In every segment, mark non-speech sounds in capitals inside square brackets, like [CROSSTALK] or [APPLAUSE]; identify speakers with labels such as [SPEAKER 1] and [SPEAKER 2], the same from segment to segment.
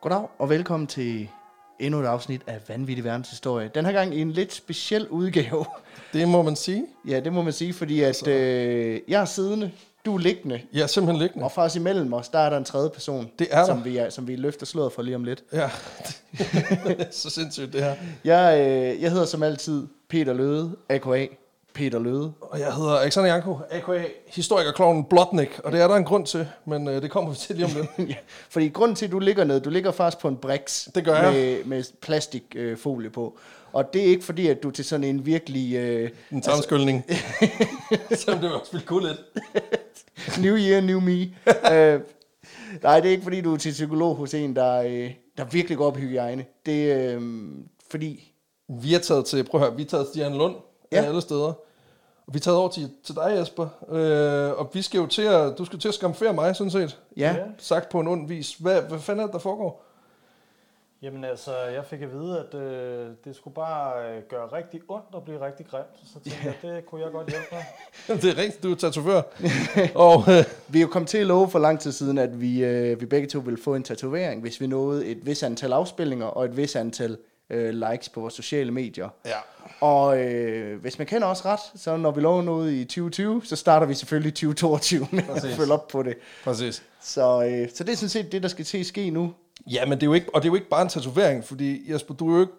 [SPEAKER 1] Goddag og velkommen til endnu et afsnit af Vanvittig Verdenshistorie. Den her gang i en lidt speciel udgave. [LAUGHS]
[SPEAKER 2] Det må man sige.
[SPEAKER 1] Ja, det må man sige, fordi at øh, jeg er siddende, du er liggende,
[SPEAKER 2] Jeg er simpelthen liggende.
[SPEAKER 1] og faktisk imellem os, der er der en tredje person,
[SPEAKER 2] Det er der.
[SPEAKER 1] som, vi er, som vi løfter sløret for lige om lidt.
[SPEAKER 2] Ja, [LAUGHS] så sindssygt det her.
[SPEAKER 1] Jeg, øh, jeg hedder som altid Peter Løde, a.k.a. Peter Løde. [LAUGHS]
[SPEAKER 2] Og jeg hedder Alexander Janko, a.k.a. historikerkloven Blotnik, og det er der en grund til, men øh, det kommer vi til lige [LAUGHS] om lidt.
[SPEAKER 1] Ja, fordi grunden til, at du ligger ned, du ligger faktisk på en briks.
[SPEAKER 2] Det gør jeg.
[SPEAKER 1] Med, med plastikfolie øh, folie på. Og det er ikke fordi, at du er til sådan en virkelig øh,
[SPEAKER 2] En tarmskyldning. Altså- [LAUGHS] Selvom det også ville kunne lidt.
[SPEAKER 1] new year, new
[SPEAKER 2] [LAUGHS]
[SPEAKER 1] me. øh, nej, det er ikke fordi, du er til psykolog hos en, der, øh, der virkelig går op i hygiejne. Det er øh, fordi...
[SPEAKER 2] Vi er taget til, prøv at høre, vi er taget til Jan Lund
[SPEAKER 1] Ja.
[SPEAKER 2] ja. alle steder. Og vi er taget over til, til dig, Jesper. Øh, og vi skal jo til at, du skal til at skamfere mig, sådan set.
[SPEAKER 1] Ja.
[SPEAKER 2] Sagt på en ond vis. Hvad, hvad fanden er det, der [LAUGHS] foregår?
[SPEAKER 3] Jamen altså, jeg fik at vide, at øh, det skulle bare øh, gøre rigtig ondt og blive rigtig grimt. Så tænkte
[SPEAKER 2] [LAUGHS]
[SPEAKER 3] yeah. jeg, det kunne jeg godt hjælpe med.
[SPEAKER 2] det er rigtigt, du er tatovør. og øh,
[SPEAKER 1] Vi er jo kommet til at love for lang tid siden, at vi, øh, vi begge to ville få en tatovering, hvis vi nåede et vis antal afspilninger og et vis antal øh, likes på vores sociale medier.
[SPEAKER 2] ja,
[SPEAKER 1] Og øh, hvis man kender os ret, så når vi lover noget i 2020, så starter vi selvfølgelig 2022 med at
[SPEAKER 2] Præcis.
[SPEAKER 1] følge op på det.
[SPEAKER 2] Præcis.
[SPEAKER 1] Så, øh, så det er sådan set det, der skal til at ske nu.
[SPEAKER 2] Ja, men det er jo ikke, og det er jo ikke bare en tatovering, fordi Jesper, du er jo ikke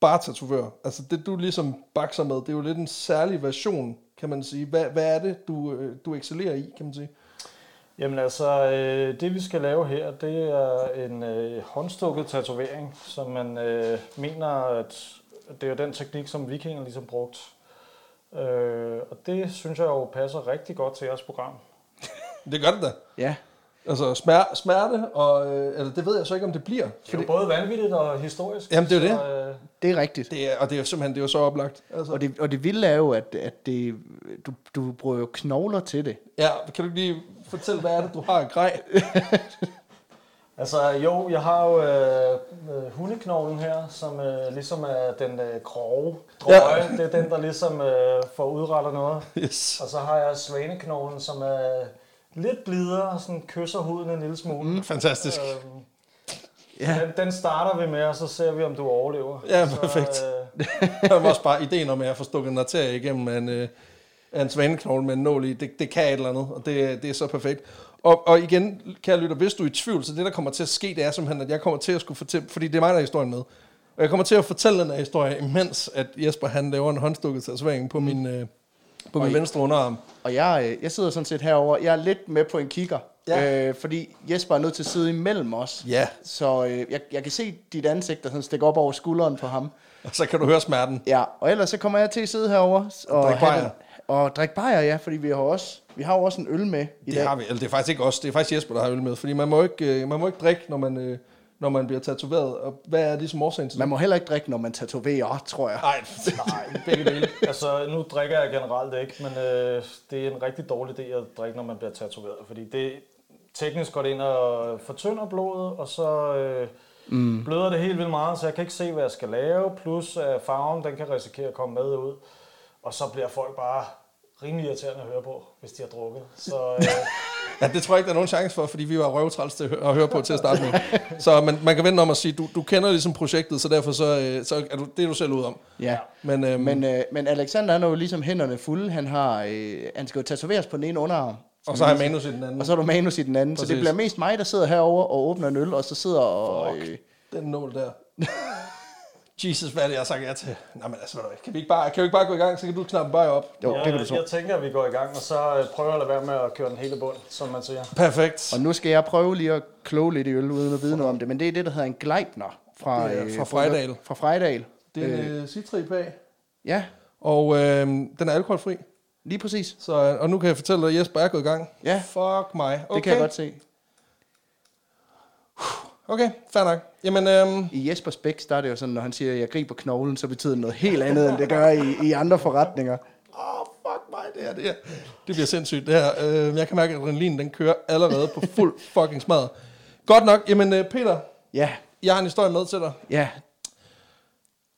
[SPEAKER 2] bare tatovør. Altså det, du ligesom bakser med, det er jo lidt en særlig version, kan man sige. Hvad, hvad er det, du, øh, du excellerer i, kan man sige?
[SPEAKER 3] Jamen altså, øh, det vi skal lave her, det er en øh, håndstukket tatovering, som man øh, mener, at det er jo den teknik, som vikinger ligesom brugte. Øh, og det synes jeg jo passer rigtig godt til jeres program.
[SPEAKER 2] Det gør det da.
[SPEAKER 1] Ja,
[SPEAKER 2] Altså smer, smerte, og øh, altså, det ved jeg så ikke, om det bliver.
[SPEAKER 3] Det er
[SPEAKER 2] Fordi,
[SPEAKER 3] jo både vanvittigt og historisk.
[SPEAKER 2] Jamen, det er jo
[SPEAKER 3] så, Øh,
[SPEAKER 1] det er rigtigt.
[SPEAKER 2] det er, og det er jo simpelthen det er jo så oplagt. Altså,
[SPEAKER 1] Og det, og det vilde er jo, at, at det, du, du bruger jo knogler til det.
[SPEAKER 2] ja, kan du ikke lige fortælle, hvad er det, du har i grej?
[SPEAKER 3] Altså jo, jeg har jo øh, øh, hundeknoglen her, som øh, ligesom er den øh, grove drøje.
[SPEAKER 2] Ja.
[SPEAKER 3] Ja. Det er den, der ligesom øh, får udrettet noget.
[SPEAKER 2] [LAUGHS] Yes.
[SPEAKER 3] Og så har jeg svaneknoglen, som er lidt blidere og sådan kysser huden en lille smule. Mm.
[SPEAKER 2] Fantastisk.
[SPEAKER 3] Øhm,
[SPEAKER 1] Ja.
[SPEAKER 3] ja. den, den starter vi med, og så ser vi, om du overlever.
[SPEAKER 2] Ja, perfekt.
[SPEAKER 3] Så, øh,
[SPEAKER 2] [LAUGHS] Der var også bare ideen om, at jeg får stukket en arterie igennem af en, øh, af en svaneknogle med en nål i. Det, det kan et eller andet, og det, det er så perfekt. Og, og igen, kære lytter, hvis du er i tvivl, så det, der kommer til at ske, det er simpelthen, at jeg kommer til at skulle fortælle, fordi det er mig, der er historien med, og jeg kommer til at fortælle den her historie, imens at Jesper han laver en håndstukket tatovering på min, øh, på min venstre underarm.
[SPEAKER 1] Og jeg, øh, jeg sidder sådan set herover. Jeg er lidt med på en kigger,
[SPEAKER 2] Ja.
[SPEAKER 1] øh, fordi Jesper er nødt til at sidde imellem os.
[SPEAKER 2] Ja,
[SPEAKER 1] Så øh, jeg, jeg kan se dit ansigt, der sådan stikker op over skulderen på ham.
[SPEAKER 2] og så kan du høre smerten.
[SPEAKER 1] Ja, og ellers så kommer jeg til at sidde herovre og
[SPEAKER 2] drikke
[SPEAKER 1] have
[SPEAKER 2] bajer.
[SPEAKER 1] den- Og drikke bajer, ja, fordi vi har, også, vi har jo også en øl med i
[SPEAKER 2] Det
[SPEAKER 1] dag.
[SPEAKER 2] har vi. Eller det er faktisk ikke os. Det er faktisk Jesper, der har øl med. Fordi man må ikke, øh, man må ikke drikke, når man, øh, når man bliver tatoveret. Og hvad er ligesom årsagen til det?
[SPEAKER 1] Man må heller ikke drikke, når man tatoverer, tror jeg.
[SPEAKER 2] Nej, nej, begge dele.
[SPEAKER 3] altså, nu drikker jeg generelt ikke, men øh, det er en rigtig dårlig idé at drikke, når man bliver tatoveret. Fordi det teknisk går det ind og fortynder blodet, og så øh, mm. bløder det helt vildt meget, så jeg kan ikke se, hvad jeg skal lave. Plus øh, farven, den kan risikere at komme med ud. Og så bliver folk bare rimelig irriterende at høre på, hvis de har drukket. Så øh,
[SPEAKER 2] Ja, det tror jeg ikke, der er nogen chance for, fordi vi var røvtræls til at hø- at høre på til at starte med. Så man, man kan vente om at sige, du, du kender ligesom projektet, så derfor så, øh, så er du, det er du selv ud om.
[SPEAKER 1] Ja.
[SPEAKER 2] Men, øhm, Men
[SPEAKER 1] Men, øh, men Alexander han er jo ligesom hænderne fulde. Han, har, øh, han skal jo tatoveres på den ene underarm.
[SPEAKER 2] og så har jeg manus i den anden.
[SPEAKER 1] Og så er du manus i den anden. Så det
[SPEAKER 2] Præcis.
[SPEAKER 1] bliver mest mig, der sidder herover og åbner en øl, og så sidder og... Øh,
[SPEAKER 2] Den nål der. Jesus, hvad er det, jeg har sagt ja til? Nej, men altså, ved du hvad, kan vi, ikke bare, kan vi ikke bare gå i gang, så kan du knappe bare op.
[SPEAKER 1] [LAUGHS] jo, det kan du
[SPEAKER 3] jeg, jeg
[SPEAKER 1] så.
[SPEAKER 3] tænker, at vi går i gang, og så øh, prøver jeg at lade være med at køre den hele bund, som man siger.
[SPEAKER 2] Perfekt.
[SPEAKER 1] Og nu skal jeg prøve lige at kloge lidt i øl, uden at vide noget om det. Men det er det, der hedder en gleipner fra, øh,
[SPEAKER 2] Det er
[SPEAKER 1] fra-
[SPEAKER 2] fra Frejdal.
[SPEAKER 1] Fra Frejdal.
[SPEAKER 2] Det er en
[SPEAKER 1] Øh,
[SPEAKER 2] øh, citrip af,
[SPEAKER 1] ja,
[SPEAKER 2] og øh, den er alkoholfri.
[SPEAKER 1] lige præcis.
[SPEAKER 2] Så, øh, og nu kan jeg fortælle dig, at Jesper er gået i gang.
[SPEAKER 1] Ja.
[SPEAKER 2] Fuck mig. Okay.
[SPEAKER 1] Det kan jeg godt se.
[SPEAKER 2] Okay, fair nok. Jamen, øh,
[SPEAKER 1] I Jespers Bæk starter det jo sådan, når han siger, at jeg griber knoglen, så betyder det noget helt andet, end det gør i, i andre forretninger.
[SPEAKER 2] Åh, oh, fuck mig, det her, det her. Det bliver sindssygt, det her. Øh, jeg kan mærke, at adrenalinen den kører allerede på
[SPEAKER 1] [LAUGHS]
[SPEAKER 2] fuld fucking smadret. Godt nok. Jamen, øh, Peter,
[SPEAKER 1] Ja,
[SPEAKER 2] jeg har en historie med til dig.
[SPEAKER 1] ja,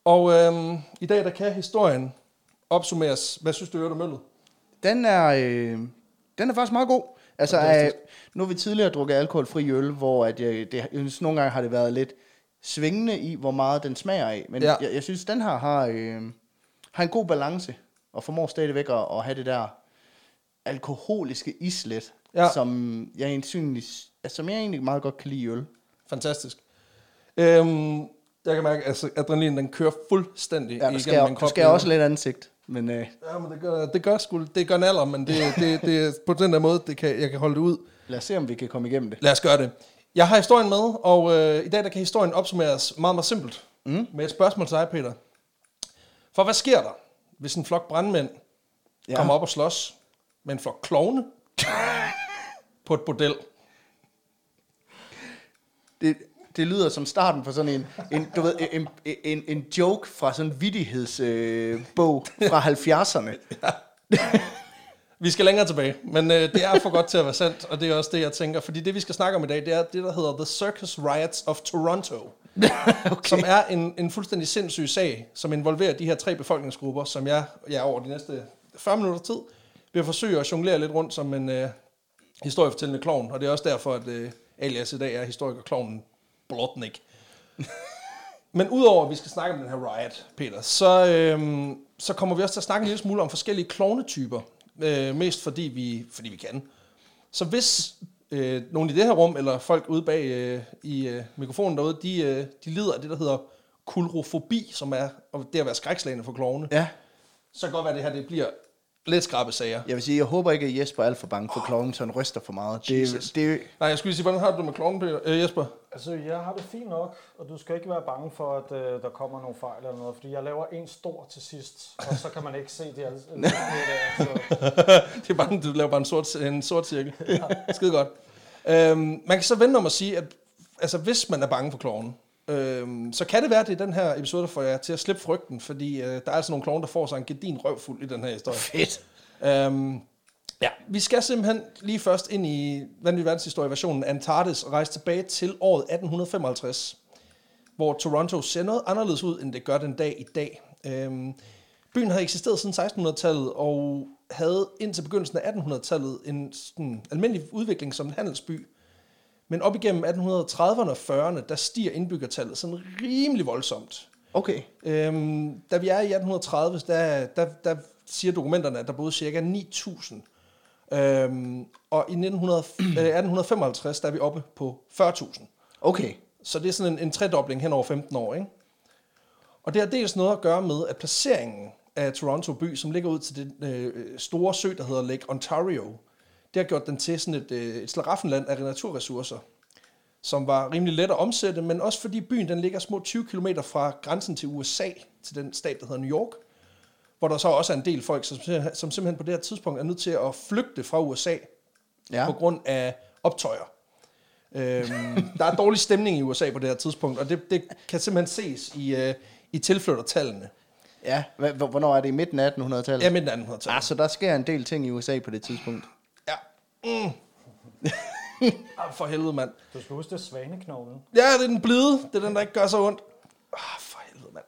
[SPEAKER 2] Og øh, i dag, der kan historien opsummeres. Hvad synes du, i øvrigt om møllet?
[SPEAKER 1] Den er, øh, den er faktisk meget god. Altså, øh, nu har vi tidligere drukket alkoholfri øl, hvor at jeg, det, jeg synes, nogle gange har det været lidt svingende i, hvor meget den smager af. Men
[SPEAKER 2] Ja.
[SPEAKER 1] ja. jeg, jeg synes, den her har, øh, har en god balance, og formår stadigvæk at, at have det der alkoholiske islet,
[SPEAKER 2] Ja.
[SPEAKER 1] ja. som, jeg egentlig, som jeg egentlig meget godt kan lide i øl.
[SPEAKER 2] Fantastisk. Øhm, jeg kan mærke, at altså, adrenalin den kører fuldstændig
[SPEAKER 1] Ja, der
[SPEAKER 2] igennem
[SPEAKER 1] skal,
[SPEAKER 2] min
[SPEAKER 1] der
[SPEAKER 2] krop.
[SPEAKER 1] skal jeg også lidt ansigt, men øh,
[SPEAKER 2] Ja, men det gør, det gør sgu, det gør en alder, men det, det, det, er på den der måde, det kan, jeg kan holde det ud.
[SPEAKER 1] lad os se, om vi kan komme igennem det.
[SPEAKER 2] Lad os gøre det. Jeg har historien med, og øh, i dag der kan historien opsummeres meget, meget simpelt. Mm. Med et spørgsmål til dig, Peter. For hvad sker der, hvis en flok brandmænd ja.
[SPEAKER 1] Ja.
[SPEAKER 2] kommer op og slås med en flok klovne på et bordel?
[SPEAKER 1] det, det lyder som starten på sådan en, en, du ved, en, en, en joke fra sådan en vittighedsbog øh, bog fra 70'erne.
[SPEAKER 2] Vi skal længere tilbage, men øh, det er for godt til at være sandt, og det er også det, jeg tænker. Fordi det, vi skal snakke om i dag, det er det, der hedder The Circus Riots of Toronto. okay. Som er en, en fuldstændig sindssyg sag, som involverer de her tre befolkningsgrupper, som jeg, jeg over de næste 40 minutter tid vil forsøge at jonglere lidt rundt som en øh, historiefortællende klovn. Og det er også derfor, at øh, alias i dag er historiker-klovnen Blotnik. Men udover at vi skal snakke om den her riot, Peter, så, øhm, så kommer vi også til at snakke en lille smule om forskellige klovnetyper. Øh, mest fordi vi, fordi vi kan. Så hvis øh, nogen i det her rum, eller folk ude bag øh, i øh, mikrofonen derude, de, øh, de lider af det, der hedder kulrofobi, som er og det at være skrækslagende for klovne,
[SPEAKER 1] Ja,
[SPEAKER 2] så kan det godt være, at det her det bliver lidt skrabe sager.
[SPEAKER 1] jeg vil sige, jeg håber ikke, at Jesper er alt for bange for kloven, så han ryster for meget.
[SPEAKER 2] Jesus.
[SPEAKER 1] Det, det,
[SPEAKER 2] Nej, jeg skulle lige sige, hvordan har du det med klovne, Peter? Øh, Jesper?
[SPEAKER 3] Altså, jeg har det fint nok, og du skal ikke være bange for, at øh, der kommer nogle fejl eller noget, fordi jeg laver en stor til sidst, og så kan man ikke se
[SPEAKER 2] [LAUGHS]
[SPEAKER 3] det. Altså, det der, så.
[SPEAKER 2] det er bare, en- du laver bare en sort, en sort cirkel. Ja. Skide godt. Øhm, man kan så vende om at sige, at altså, hvis man er bange for kloven, øhm, så kan det være, at det er den her episode, der får jer til at slippe frygten, fordi øh, der er altså nogle kloven, der får sig en gedin røvfuld i den her historie.
[SPEAKER 1] fedt.
[SPEAKER 2] Øhm, ja, vi skal simpelthen lige først ind i vanvittig verdenshistorie-versionen Antarktis og rejse tilbage til året 1855, hvor Toronto ser noget anderledes ud, end det gør den dag i dag. Øhm, byen havde eksisteret siden 1600-tallet og havde indtil begyndelsen af 1800-tallet en sådan, almindelig udvikling som en handelsby. Men op igennem 1830'erne og 40'erne, der stiger indbyggertallet sådan rimelig voldsomt.
[SPEAKER 1] Okay,
[SPEAKER 2] Øhm, da vi er i 1830, der, der, der siger dokumenterne, at der boede cirka 9.000. Øhm, og i 1900, øh, 1855, der er vi oppe på 40.000.
[SPEAKER 1] okay.
[SPEAKER 2] Så det er sådan en, en tredobling hen over 15 år, ikke? Og det har dels noget at gøre med, at placeringen af Toronto by, som ligger ud til den øh, store sø, der hedder Lake Ontario, det har gjort den til sådan et, øh, et slaraffenland af naturressourcer, som var rimelig let at omsætte, men også fordi byen den ligger små 20 km fra grænsen til USA, til den stat, der hedder New York, hvor der så også er en del folk, som, simpelthen- som simpelthen på det her tidspunkt er nødt til at flygte fra USA, ja.
[SPEAKER 1] Ja.
[SPEAKER 2] på grund af optøjer. Øhm, der er dårlig stemning i USA på det her tidspunkt, og det, det kan simpelthen ses i, øh, i tilflyttertallene.
[SPEAKER 1] Ja, hva- hv- hvornår er det i midten af 1800-tallet?
[SPEAKER 2] Ja, midten af 1800-tallet.
[SPEAKER 1] Ah, så der sker en del ting i USA på det tidspunkt.
[SPEAKER 2] Ja. [LAUGHS] Mm. ah, for helvede, mand.
[SPEAKER 3] Du skal huske, det er svaneknoglen.
[SPEAKER 2] Ja, det er den blide. Det er den, der ikke gør så ondt. Ah, for helvede, mand.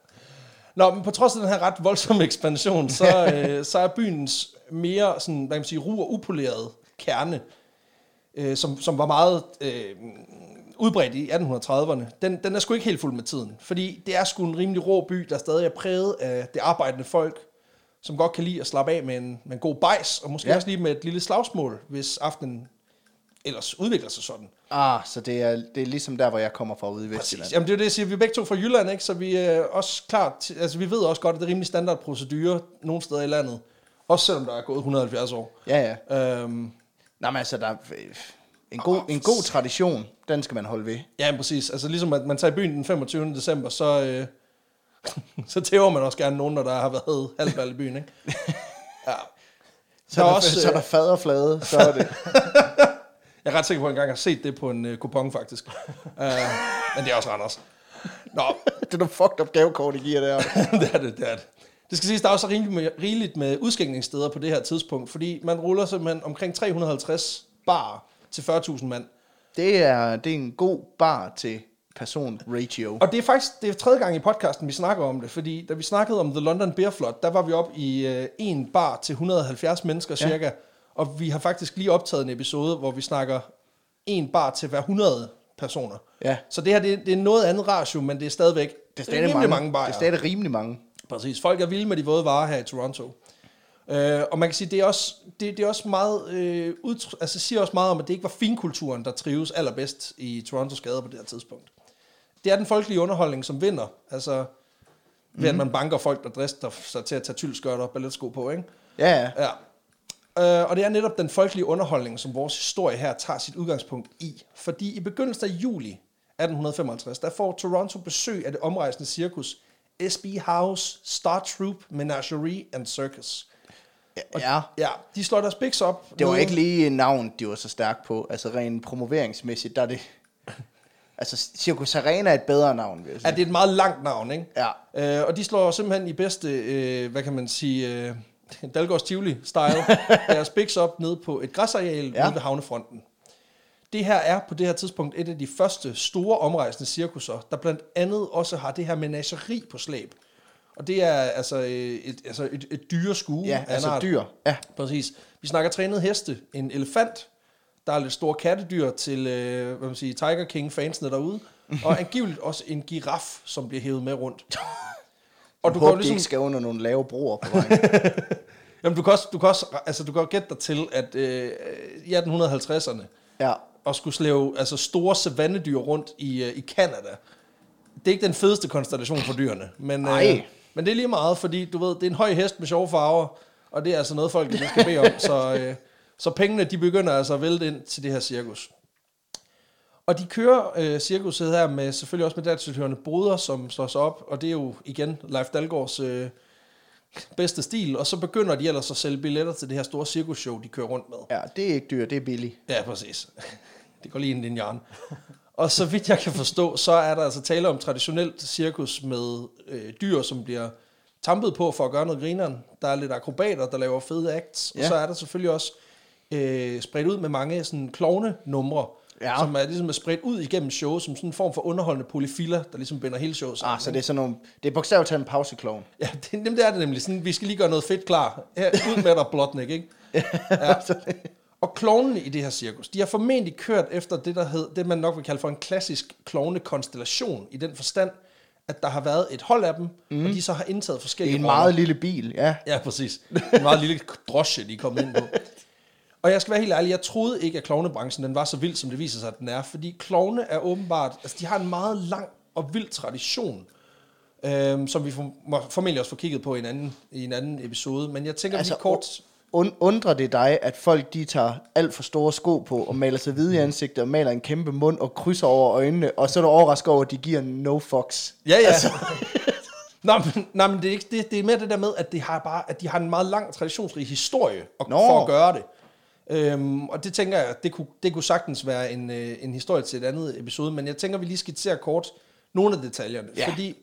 [SPEAKER 2] Nå, men på trods af den her ret voldsomme ekspansion, så, øh, så er byens mere sådan, hvad kan man sige, ru og upolerede kerne, øh, som, som var meget øh, udbredt i 1830'erne, den, den er sgu ikke helt fuld med tiden. Fordi det er sgu en rimelig rå by, der stadig er præget af det arbejdende folk, som godt kan lide at slappe af med en, med en god bajs, og måske ja.
[SPEAKER 1] Ja.
[SPEAKER 2] også lige med et lille slagsmål, hvis aftenen ellers udvikler sig sådan.
[SPEAKER 1] Ah, så det er, det er ligesom der, hvor jeg kommer fra ude i Vestjylland.
[SPEAKER 2] Præcis. Jamen det er det, jeg siger. Vi er begge to fra Jylland, ikke? så vi, er også klart, altså, vi ved også godt, at det er rimelig standardprocedure nogle steder i landet. Også selvom der er gået 170 år.
[SPEAKER 1] Ja, ja.
[SPEAKER 2] Øhm,
[SPEAKER 1] Nå, men altså, der er øh, en god, en god tradition, den skal man holde ved.
[SPEAKER 2] ja, men præcis. Altså ligesom at man tager i byen den 25. december, så, øh, [LAUGHS] så tæver man også gerne nogen, når der har været halvvalg i byen.
[SPEAKER 1] [LAUGHS]
[SPEAKER 2] Ikke? Ja.
[SPEAKER 1] Så er der, også, øh- så er der faderflade, så er det...
[SPEAKER 2] øh, Jeg er ret sikker på, at jeg engang har set det på en øh, kupon, faktisk. uh, men det er også Randers. Nå,
[SPEAKER 1] [LAUGHS] Det er nogle fucked up gavekort, I giver der.
[SPEAKER 2] [LAUGHS] det er det, det er det. Det skal siges, der er også rigeligt med, rigeligt med udskænkningssteder på det her tidspunkt, fordi man ruller simpelthen omkring 350 bar til 40.000 mand.
[SPEAKER 1] Det er, det er en god bar til person ratio.
[SPEAKER 2] Og det er faktisk det er tredje gang i podcasten, vi snakker om det, fordi da vi snakkede om The London Beer Flood, der var vi oppe i øh, en bar til 170 mennesker cirka, Og vi har faktisk lige optaget en episode, hvor vi snakker en bar til hver 100 personer.
[SPEAKER 1] Ja.
[SPEAKER 2] Så det her, det, det er noget andet ratio, men det er stadigvæk
[SPEAKER 1] Det er stadig
[SPEAKER 2] rimelig
[SPEAKER 1] mange,
[SPEAKER 2] mange bajer.
[SPEAKER 1] Det er stadig rimelig mange.
[SPEAKER 2] Præcis. Folk er vilde med de våde varer her i Toronto. Øh, og man kan sige, det er også, det, det er også meget, øh, udtr- altså siger også meget om, at det ikke var finkulturen, der trives allerbedst i Torontos gader på det her tidspunkt. Det er den folkelige underholdning, som vinder. Altså, ved at man banker folk, der drister sig til at tage tyldskørter og balletsko på, ikke?
[SPEAKER 1] Ja, ja.
[SPEAKER 2] Ja. Øh, og det er netop den folkelige underholdning, som vores historie her tager sit udgangspunkt i. Fordi i begyndelsen af juli 1855, der får Toronto besøg af det omrejsende cirkus SB House, Star Troop, Menagerie and Circus.
[SPEAKER 1] ja.
[SPEAKER 2] Ja, de slår deres biks op.
[SPEAKER 1] Ah. Det var
[SPEAKER 2] nede-
[SPEAKER 1] ikke lige en navn, de var så stærk på. Altså rent promoveringsmæssigt, der er det... Altså, Circus Arena er et bedre navn, vil jeg
[SPEAKER 2] Ja,
[SPEAKER 1] sige.
[SPEAKER 2] det er et meget langt navn, ikke?
[SPEAKER 1] Ja.
[SPEAKER 2] Øh, og de slår simpelthen i bedste, øh, hvad kan man sige, øh, Dalgårds
[SPEAKER 1] [LAUGHS]
[SPEAKER 2] Tivoli-style, deres biks op ned på et græsareal ja.
[SPEAKER 1] Ja.
[SPEAKER 2] nede ved havnefronten. Det her er på det her tidspunkt et af de første store omrejsende cirkusser, der blandt andet også har det her menageri på slæb. Og det er altså øh, et, altså et, et dyre
[SPEAKER 1] Ja, altså dyr. Ja.
[SPEAKER 2] Præcis. Vi snakker trænet heste, en elefant, der er lidt store kattedyr til øh, hvad man siger, Tiger King-fansene
[SPEAKER 1] [LAUGHS]
[SPEAKER 2] derude, og angiveligt også en giraf, som bliver hævet med rundt. Og du
[SPEAKER 1] Jeg
[SPEAKER 2] kan,
[SPEAKER 1] håber, ligesom...
[SPEAKER 2] jo
[SPEAKER 1] de ikke
[SPEAKER 2] ligesom,
[SPEAKER 1] skal under nogle lave broer på [LAUGHS] vejen.
[SPEAKER 2] jamen, du kan også, du kan også altså, du kan jo gætte dig til, at øh, i 1850'erne,
[SPEAKER 1] ja.
[SPEAKER 2] og skulle slæve altså, store savannedyr rundt i, øh, i Canada. Det er ikke den fedeste konstellation for dyrene, men, øh,
[SPEAKER 1] Ej.
[SPEAKER 2] men det er lige meget, fordi du ved, det er en høj hest med sjove farver, og det er altså noget, folk de skal bede om. Så, øh, så pengene de begynder altså at vælte ind til det her cirkus. Og de kører øh, cirkuset her med selvfølgelig også med dagstilhørende boder, som slår sig op, og det er jo igen Leif Dalgaards øh, bedste stil, og så begynder de ellers at sælge billetter til det her store cirkusshow, de kører rundt med.
[SPEAKER 1] ja, det er ikke dyr, det er billigt.
[SPEAKER 2] Ja, præcis. [LAUGHS] Det går lige ind i din hjerne. Og så vidt jeg kan forstå, så er der altså tale om traditionelt cirkus med øh, dyr, som bliver tampet på for at gøre noget grineren. Der er lidt akrobater, der laver fede acts. Ja. Og
[SPEAKER 1] Ja.
[SPEAKER 2] så er der selvfølgelig også øh, spredt ud med mange sådan klovne-numre, ja.
[SPEAKER 1] Ja.
[SPEAKER 2] som er ligesom er spredt ud igennem showet som sådan en form for underholdende polyfiler, der ligesom binder hele showet sammen.
[SPEAKER 1] Ah, så det er sådan nogle... Det er bogstaveligt talt en pauseklovn.
[SPEAKER 2] Ja, det, jamen, det er det nemlig. Sådan, vi skal lige gøre noget fedt klar. Her, ud med dig,
[SPEAKER 1] [LAUGHS]
[SPEAKER 2] Blotnik, ikke? Ja. Og klovnene i det her cirkus, de har formentlig kørt efter det, der hed, det man nok vil kalde for en klassisk klovnekonstellation, i den forstand, at der har været et hold af dem, mm. og de så har indtaget
[SPEAKER 1] Mhm. Det
[SPEAKER 2] forskellige
[SPEAKER 1] er en
[SPEAKER 2] roller.
[SPEAKER 1] meget lille bil, ja.
[SPEAKER 2] Ja, præcis. En meget lille drosje, de er kommet ind på. Og jeg skal være helt ærlig, jeg troede ikke, at klovnebranchen den var så vild, som det viser sig, at den er. Fordi klovne er åbenbart, altså de har en meget lang og vild tradition, øhm, som vi for, må formentlig også får kigget på i en anden, i en anden episode. Men jeg tænker altså,
[SPEAKER 1] Altså,
[SPEAKER 2] lige kort...
[SPEAKER 1] Und, undrer det dig, at folk de tager alt for store sko på, og maler sig hvide i ansigtet, og maler en kæmpe mund, og krydser over øjnene, og så er du overrasket over, at de giver no fucks.
[SPEAKER 2] Ja, ja. Altså. [LAUGHS] Nå, men, nej, men det, er ikke, det, det er mere det der med, at, det har bare, at de har en meget lang traditionsrig historie og,
[SPEAKER 1] Nå.
[SPEAKER 2] for at gøre det. Øhm, og det tænker jeg, det kunne, det kunne sagtens være en, øh, en historie til et andet episode, men jeg tænker, vi lige skitserer kort nogle af detaljerne.
[SPEAKER 1] Ja.
[SPEAKER 2] Fordi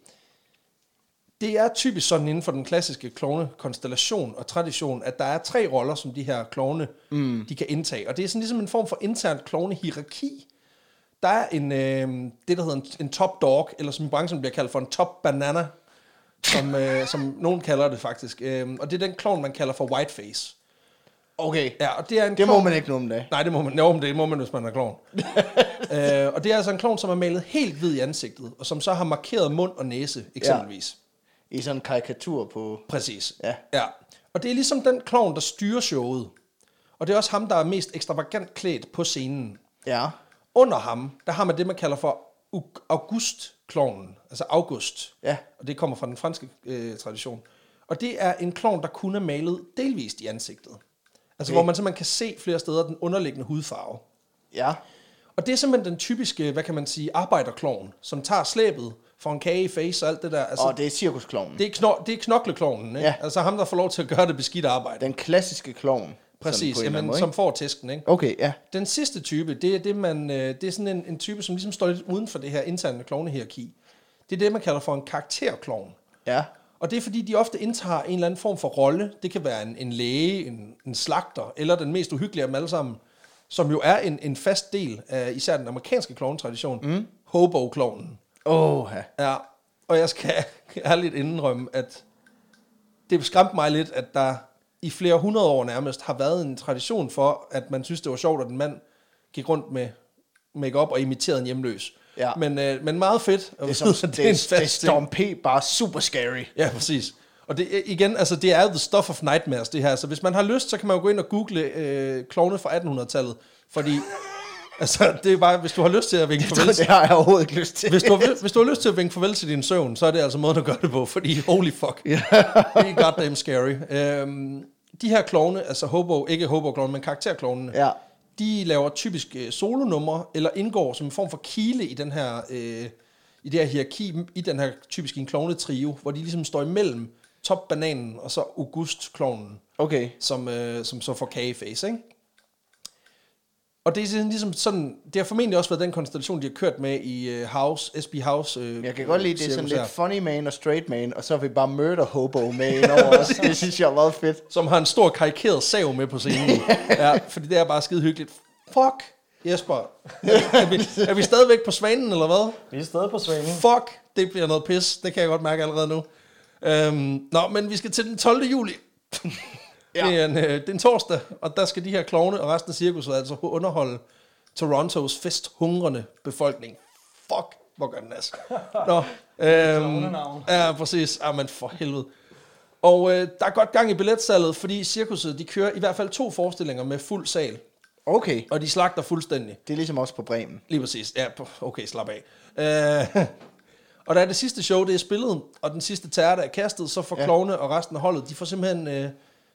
[SPEAKER 2] det er typisk sådan inden for den klassiske klovne-konstellation og tradition, at der er tre roller, som de her klovne mm. de kan indtage. Og det er sådan ligesom en form for internt klovne-hierarki. Der er en, øh, det, der hedder en, en top dog, eller som i branchen bliver kaldt for en top banana, som, øh, som nogen kalder det faktisk. Øh, og det er den klovn, man kalder for whiteface.
[SPEAKER 1] Okay.
[SPEAKER 2] Ja, og det er en
[SPEAKER 1] Det må
[SPEAKER 2] klovn-
[SPEAKER 1] man ikke nu om dagen.
[SPEAKER 2] Nej, det må man, jo, men det må man, hvis man er
[SPEAKER 1] [LAUGHS]
[SPEAKER 2] klovn. øh, og det er altså en klovn, som er malet helt hvid i ansigtet, og som så har markeret mund og næse, eksempelvis.
[SPEAKER 1] I sådan en karikatur på...
[SPEAKER 2] Ja. Præcis.
[SPEAKER 1] Ja.
[SPEAKER 2] ja. Og det er ligesom den klovn, der styrer showet. Og det er også ham, der er mest ekstravagant klædt på scenen.
[SPEAKER 1] Ja.
[SPEAKER 2] Under ham, der har man det, man kalder for aug- augustklovnen, altså august.
[SPEAKER 1] Ja.
[SPEAKER 2] Og det kommer fra den franske øh, tradition. Og det er en klovn, der kun er malet delvist i ansigtet. Altså, okay. hvor man simpelthen kan se flere steder den underliggende hudfarve.
[SPEAKER 1] Ja.
[SPEAKER 2] Og det er simpelthen den typiske, hvad kan man sige, arbejderklovn, som tager slæbet for en kage i face og alt det der. Altså,
[SPEAKER 1] Og det er cirkusklovnen.
[SPEAKER 2] det, er knor, det er knokleklovnen, ikke? Ja.
[SPEAKER 1] Ja.
[SPEAKER 2] Altså ham, der får lov til at gøre det beskidte arbejde.
[SPEAKER 1] Den klassiske klovn. sådan
[SPEAKER 2] Præcis,
[SPEAKER 1] på en eller anden
[SPEAKER 2] jamen,
[SPEAKER 1] måde,
[SPEAKER 2] som får tæsken, ikke?
[SPEAKER 1] ikke? Okay, ja.
[SPEAKER 2] Den sidste type, det er, det, man, øh, det er sådan en, en type, som ligesom står lidt uden for det her interne klovnehierarki. Det er det, man kalder for en karakterklovn.
[SPEAKER 1] Ja.
[SPEAKER 2] Og det er fordi, de ofte indtager en eller anden form for rolle. Det kan være en, en læge, en, en slagter, eller den mest uhyggelige af dem alle sammen, som jo er en, en fast del af især den amerikanske klovnetradition, mm. hobo-klovnen.
[SPEAKER 1] Åh, ja.
[SPEAKER 2] Ja, [LAUGHS] og jeg skal ærligt indrømme, at det skræmte mig lidt, at der i flere hundrede år nærmest har været en tradition for, at man synes, det var sjovt, at en mand gik rundt med makeup og imiterede en hjemløs.
[SPEAKER 1] Ja.
[SPEAKER 2] Men, øh, men meget fedt.
[SPEAKER 1] [LAUGHS]
[SPEAKER 2] at
[SPEAKER 1] Det er,
[SPEAKER 2] vide,
[SPEAKER 1] som,
[SPEAKER 2] at
[SPEAKER 1] det, det, det er
[SPEAKER 2] fast ting.
[SPEAKER 1] Storm P. bare super scary.
[SPEAKER 2] Ja, præcis. Og det, igen, altså, det er jo the stuff of nightmares, det her. Så hvis man har lyst, så kan man jo gå ind og google øh, klovne fra 1800-tallet. Fordi, altså, det er bare, hvis du har lyst til at vinke
[SPEAKER 1] Jeg tror,
[SPEAKER 2] farvel,
[SPEAKER 1] [LAUGHS] [LAUGHS] det har jeg overhovedet ikke lyst til.
[SPEAKER 2] hvis du, har, hvis du har lyst til at vinke farvel til din søvn, så er det altså måden at gøre det på, fordi holy fuck, det er goddamn scary. Øhm, de her klovne, altså hobo, ikke hobo-klovne, men karakterklovnene,
[SPEAKER 1] Ja.
[SPEAKER 2] de laver typisk øh, solonumre, eller indgår som en form for kile i den her, øh, i det her hierarki, i den her typisk en klovnetrio, hvor de ligesom står imellem topbananen og så august-klovnen
[SPEAKER 1] Okay.
[SPEAKER 2] som, øh, som så får kageface, ikke? Og det er sådan ligesom sådan, det har formentlig også været den konstellation, de har kørt med i øh, House, SB House. Øh,
[SPEAKER 1] Jeg kan godt lide, det er sådan
[SPEAKER 2] cirkus her,
[SPEAKER 1] lidt funny man og straight man, og så har vi bare murder hobo med ind [LAUGHS] over os. Det synes jeg er meget fedt.
[SPEAKER 2] Som har en stor karikeret sav med på scenen. ja, fordi det er bare skide hyggeligt. Fuck, Jesper. er, vi, er vi stadigvæk på svanen, eller hvad?
[SPEAKER 3] Vi er stadig på svingen.
[SPEAKER 2] Fuck, det bliver noget pis. Det kan jeg godt mærke allerede nu. Øhm, nå, men vi skal til den 12. juli. ja. det, er en, øh, det er en torsdag, og der skal de her klovne og resten af cirkuset altså underholde Torontos festhungrende befolkning. Fuck, hvor gør den altså. Nå, øhm,
[SPEAKER 3] Klovnenavn.
[SPEAKER 2] ja, præcis. Ah, men for helvede. Og øh, der er godt gang i billetsalget, fordi cirkuset de kører i hvert fald to forestillinger med fuld sal,
[SPEAKER 1] Okay.
[SPEAKER 2] og de slagter fuldstændig.
[SPEAKER 1] Det er ligesom også på Bremen.
[SPEAKER 2] Lige præcis. Ja, p- okay, slap af. Øh, [LAUGHS] og da det sidste show, det er spillet, og den sidste terror, der er kastet, så får
[SPEAKER 1] Ja.
[SPEAKER 2] ja. klovne og resten af holdet, de får simpelthen øh,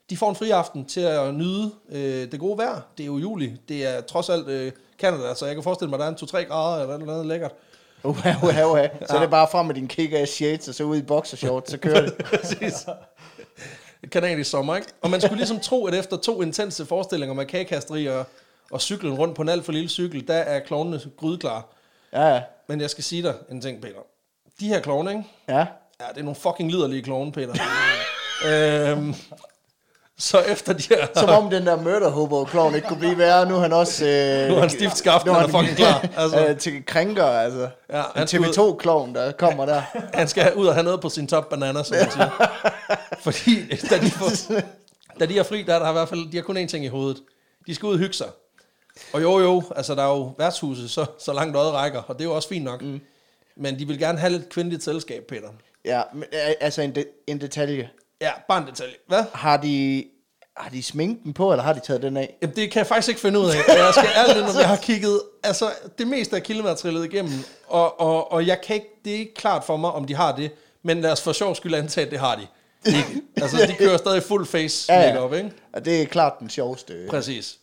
[SPEAKER 2] de får en fri aften til at nyde øh, det gode vejr. Det er jo juli. Det er trods alt øh, Canada, så jeg kan forestille mig, at der er en 2-3 grader eller noget andet lækkert.
[SPEAKER 1] Uha, uha, uha. Så er det bare frem med din kick-ass shades, og så ud i boxershorts, så kører
[SPEAKER 2] [LAUGHS]
[SPEAKER 1] det.
[SPEAKER 2] Præcis. Kanadisk sommer, ikke? Og man skulle ligesom tro, at efter to intense forestillinger med kagekasteri og, og cyklen rundt på en alt for lille cykel, der er klovnene grydeklar.
[SPEAKER 1] Ja, ja.
[SPEAKER 2] Men jeg skal sige dig en ting, Peter. De her klovne, ikke?
[SPEAKER 1] ja.
[SPEAKER 2] Ja, det er nogle fucking liderlige klovne, Peter. [LAUGHS] øhm, så efter de her...
[SPEAKER 1] Som om den der murder hobo klovn ikke kunne blive værre. Nu er han også... Øh,
[SPEAKER 2] Nu er han stift skaft, han er
[SPEAKER 1] [LAUGHS]
[SPEAKER 2] fucking klar. Altså.
[SPEAKER 1] Altså. Øh, til krænker, altså.
[SPEAKER 2] Ja,
[SPEAKER 1] Ja,
[SPEAKER 2] han
[SPEAKER 1] en TV2-klovn, der kommer
[SPEAKER 2] [LAUGHS]
[SPEAKER 1] der.
[SPEAKER 2] Han skal ud og have noget på sin top banana, som man siger. Fordi da de, får, da de er fri, der er der i hvert fald... De har kun én ting i hovedet. De skal ud og hygge sig. Og jo, jo, altså der er jo værtshuset, så, så langt øjet rækker, og det er jo også fint nok. Mm. Men de vil gerne have lidt kvindeligt selskab, Peter.
[SPEAKER 1] Ja, men, øh, altså en, de, en detalje.
[SPEAKER 2] Ja, bare en detalje. Hvad?
[SPEAKER 1] Har de, har de sminken på, eller har de taget den af?
[SPEAKER 2] Jamen, det kan jeg faktisk ikke finde ud af. Jeg skal ærligt indrømme, jeg har kigget altså, det meste af kildematerialet igennem, og, og, og jeg kan ikke, det er ikke klart for mig, om de har det, men lad os for sjov skyld antage, at det har de. Ikke? Altså, de kører stadig fuld face ja, ja. makeup, ikke?
[SPEAKER 1] Og det er klart den sjoveste. øh,
[SPEAKER 2] Præcis.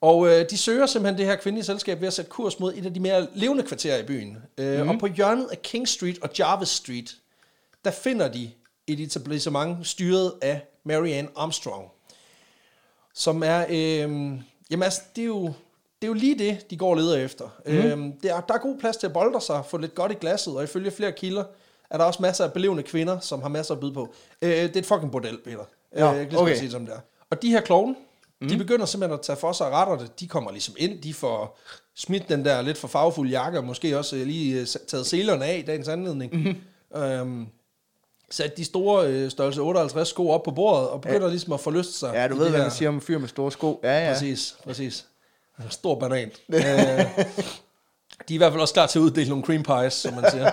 [SPEAKER 2] Og øh, de søger simpelthen det her kvindelige selskab ved at sætte kurs mod et af de mere levende kvarterer i byen. Øh, mm. Og på hjørnet af King Street og Jarvis Street, der finder de et etablissement styret af Marianne Armstrong. Som er, øh, jamen altså, det er, jo, det er jo lige det, de går og leder efter. Mm.
[SPEAKER 1] Mhm.
[SPEAKER 2] Øh, der, der er god plads til at bolde sig, få lidt godt i glasset, og ifølge flere kilder, er der også masser af belevende kvinder, som har masser at byde på. Øh, det er et fucking bordel, Peter.
[SPEAKER 1] Nå,
[SPEAKER 2] øh, jeg kan lige så godt
[SPEAKER 1] okay. Mhm.
[SPEAKER 2] sige det, som det er. Og de her klovne, mm. de begynder simpelthen at tage for sig og retter det. De kommer ligesom ind, de får smidt den der lidt for farvefulde jakke, og måske også øh, lige øh, taget selerne af i dagens anledning.
[SPEAKER 1] Mhm.
[SPEAKER 2] Mm-hmm. Øhm, sat de store øh, størrelse 58 sko op på bordet, og begynder ja. ligesom at forlyste sig.
[SPEAKER 1] Ja, du
[SPEAKER 2] i
[SPEAKER 1] ved,
[SPEAKER 2] det
[SPEAKER 1] hvad
[SPEAKER 2] her-
[SPEAKER 1] man siger om en fyr med store sko. Ja, ja.
[SPEAKER 2] Præcis, præcis. En Stor [LAUGHS] banan. øh, de er i hvert fald også klar til at uddele nogle cream pies, som man [LAUGHS] siger.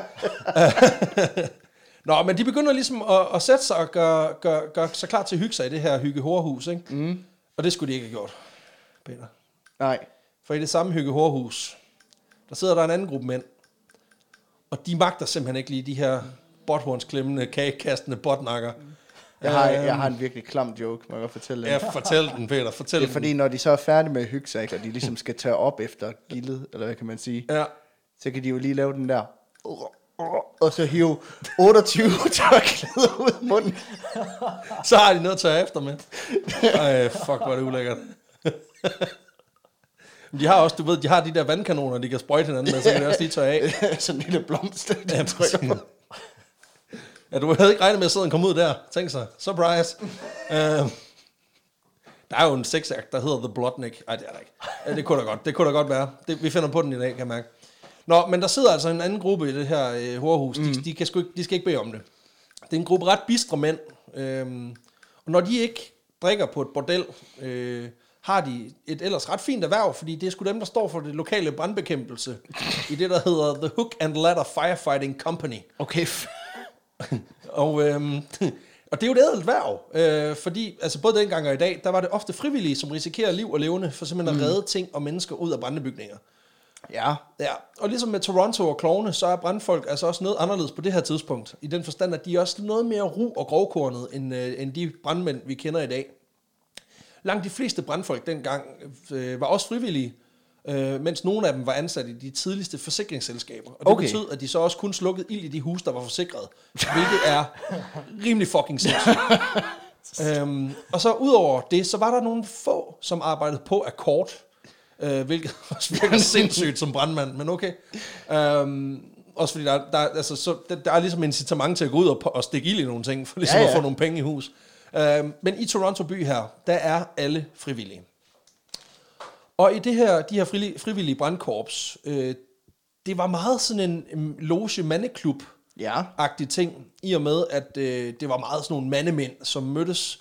[SPEAKER 2] Nå, men de begynder ligesom at, at sætte sig og gøre, gøre, gøre sig klar til at hygge sig i det her hygge hårhus, ikke? Mm. Og det skulle de ikke have gjort, Peter.
[SPEAKER 1] Nej.
[SPEAKER 2] For i det samme hygge hårhus, der sidder der en anden gruppe mænd, og de magter simpelthen ikke lige de her botthornsklemmende, kagekastende botnakker.
[SPEAKER 1] Jeg har, jeg har en virkelig klam joke, må jeg godt fortælle dig.
[SPEAKER 2] Øhm. Ja, fortæl den, Peter, fortæl
[SPEAKER 1] Det er fordi, når de så er færdige med at hygge sig, ikke, og de ligesom skal tørre op efter gildet, eller hvad kan man sige,
[SPEAKER 2] den. Ja.
[SPEAKER 1] så kan de jo lige lave den der, og så hive 28 [LAUGHS] tørklæder ud af munden. [LAUGHS]
[SPEAKER 2] [LAUGHS] Så har de noget at tage efter med. Ej, fuck, hvor er det ulækkert. [LAUGHS] Men de har også, du ved, de har de der vandkanoner, de kan sprøjte hinanden med, så kan de også lige tørre af.
[SPEAKER 1] Sådan en lille blomst, de
[SPEAKER 2] Ja,
[SPEAKER 1] trykker på.
[SPEAKER 2] præcis. ja, du havde ikke regnet med, at sådan kom ud der. Tænk så. Surprise. Øhm, der er jo en sexakt, der hedder The Blotnik. Nej, det er der ikke. Ja, det kunne da godt, det kunne da godt være. Det, vi finder på den i dag, kan jeg mærke. Nå, men der sidder altså en anden gruppe i det her øh, horhus. Mm. De, de, kan sgu ikke, de skal ikke bede om det. Det er en gruppe ret bistre mænd. Øhm, og når de ikke drikker på et bordel, øh, har de et ellers ret fint erhverv, fordi det er sgu dem, der står for det lokale brandbekæmpelse i det, der hedder The Hook and Ladder Firefighting Company.
[SPEAKER 1] Okay. f-
[SPEAKER 2] Og, øhm, [LAUGHS] og det er jo et ædelt værv, øh, fordi altså både dengang og i dag, der var det ofte frivillige, som risikerer liv og levende for simpelthen at redde ting og mennesker ud af brændebygninger.
[SPEAKER 1] ja.
[SPEAKER 2] Ja, og ligesom med Toronto og klovne, så er brandfolk altså også noget anderledes på det her tidspunkt, i den forstand, at de er også noget mere ru og grovkornet, end, øh, end de brandmænd, vi kender i dag. Langt de fleste brandfolk dengang øh, var også frivillige, øh, mens nogle af dem var ansat i de tidligste forsikringsselskaber. Og det
[SPEAKER 1] Okay.
[SPEAKER 2] okay. betød, at de så også kun slukkede ild i de huse, der var forsikret, hvilket er rimelig fucking sindssygt. Øhm, og så udover det, så var der nogle få, som arbejdede på akkord, øh, hvilket [LAUGHS] også
[SPEAKER 1] [LAUGHS]
[SPEAKER 2] virker sindssygt som brandmand, men okay. Øhm, også fordi der, der, altså, så, der, der er ligesom incitament til at gå ud og, på- og stikke ild i nogle ting, for ligesom
[SPEAKER 1] Ja,
[SPEAKER 2] ja,
[SPEAKER 1] ja.
[SPEAKER 2] ja. at få nogle penge i hus. Øhm, men i Toronto by her, der er alle frivillige. Og i det her, de her fri, frivillige brandkorps, øh, det var meget sådan en, en loge-mandeklub,
[SPEAKER 1] Ja.
[SPEAKER 2] agtig ting, i og med, at øh, det var meget sådan nogle mandemænd, som mødtes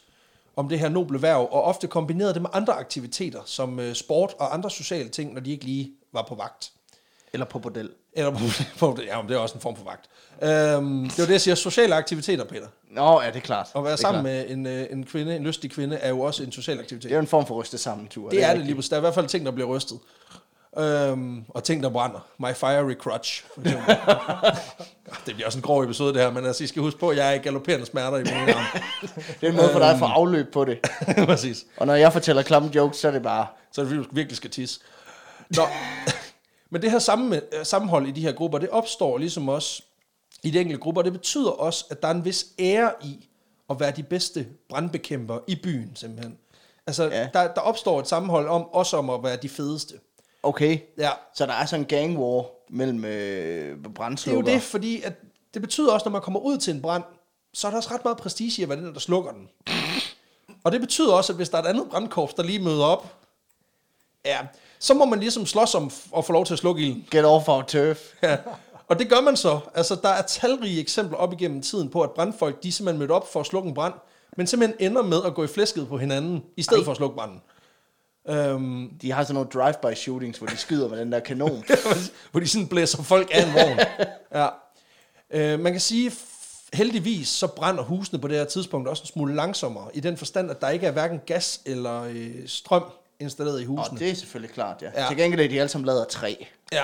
[SPEAKER 2] om det her noble værv, og ofte kombinerede det med andre aktiviteter, som øh, sport og andre sociale ting, når de ikke lige var på vagt.
[SPEAKER 1] Eller på bordel.
[SPEAKER 2] Eller [LAUGHS] på, på ja, men det er også en form for vagt. Øhm, det var det, jeg siger, sociale aktiviteter, Peter.
[SPEAKER 1] Nå, ja, det er klart.
[SPEAKER 2] At
[SPEAKER 1] Det
[SPEAKER 2] være
[SPEAKER 1] er
[SPEAKER 2] sammen
[SPEAKER 1] klart.
[SPEAKER 2] med en, øh, en kvinde, en lystig kvinde, er jo også en social aktivitet.
[SPEAKER 1] Det er jo en form for ryste sammentur.
[SPEAKER 2] Det er det
[SPEAKER 1] rigtigt.
[SPEAKER 2] lige præcis. Der er i hvert fald ting, der bliver rystet. Øhm, og ting, der brænder. My fiery crutch. for [LAUGHS] eksempel. det bliver også en grov episode, det her, men altså, I skal huske på, at jeg er i galopperende smerter i mine arme.
[SPEAKER 1] Det er en måde for dig at få
[SPEAKER 2] Øhm.
[SPEAKER 1] afløb på det.
[SPEAKER 2] [LAUGHS] præcis.
[SPEAKER 1] Og når jeg fortæller klamme jokes, så er det bare...
[SPEAKER 2] Så er det fordi, du virkelig skal tisse. Nå. [LAUGHS] Men det her samme, øh, sammenhold i de her grupper, det opstår ligesom også i de enkelte grupper. Det betyder også, at der er en vis ære i at være de bedste brandbekæmper i byen, simpelthen. Altså,
[SPEAKER 1] Ja.
[SPEAKER 2] ja. der, der opstår et sammenhold om, også om at være de fedeste.
[SPEAKER 1] Okay.
[SPEAKER 2] Ja,
[SPEAKER 1] Så der er sådan en gang war mellem øh,
[SPEAKER 2] Det er jo
[SPEAKER 1] brændslukker.
[SPEAKER 2] det, fordi at det betyder også, når man kommer ud til en brand, så er der også ret meget prestige i at være den, der slukker den. Og det betyder også, at hvis der er et andet brandkorps, der lige møder op, ja, så må man ligesom slås om f- at få lov til at slukke ilden.
[SPEAKER 1] Get off our turf.
[SPEAKER 2] Ja. Og det gør man så. Altså, der er talrige eksempler op igennem tiden på, at brandfolk, de simpelthen mødte op for at slukke en brand, men simpelthen ender med at gå i flæsket på hinanden, i stedet Ej. for at slukke branden. Øhm,
[SPEAKER 1] De har sådan nogle drive-by shootings, hvor de skyder med den der kanon.
[SPEAKER 2] [LAUGHS] hvor de sådan blæser folk af en vogn. ja. øh, man kan sige, f- heldigvis så brænder husene på det her tidspunkt også en smule langsommere, i den forstand, at der ikke er hverken gas eller øh, strøm installeret i
[SPEAKER 1] Og
[SPEAKER 2] husene.
[SPEAKER 1] det er selvfølgelig klart, ja. ja.
[SPEAKER 2] Ja.
[SPEAKER 1] Til gengæld er de alle sammen lavet af træ.
[SPEAKER 2] Ja.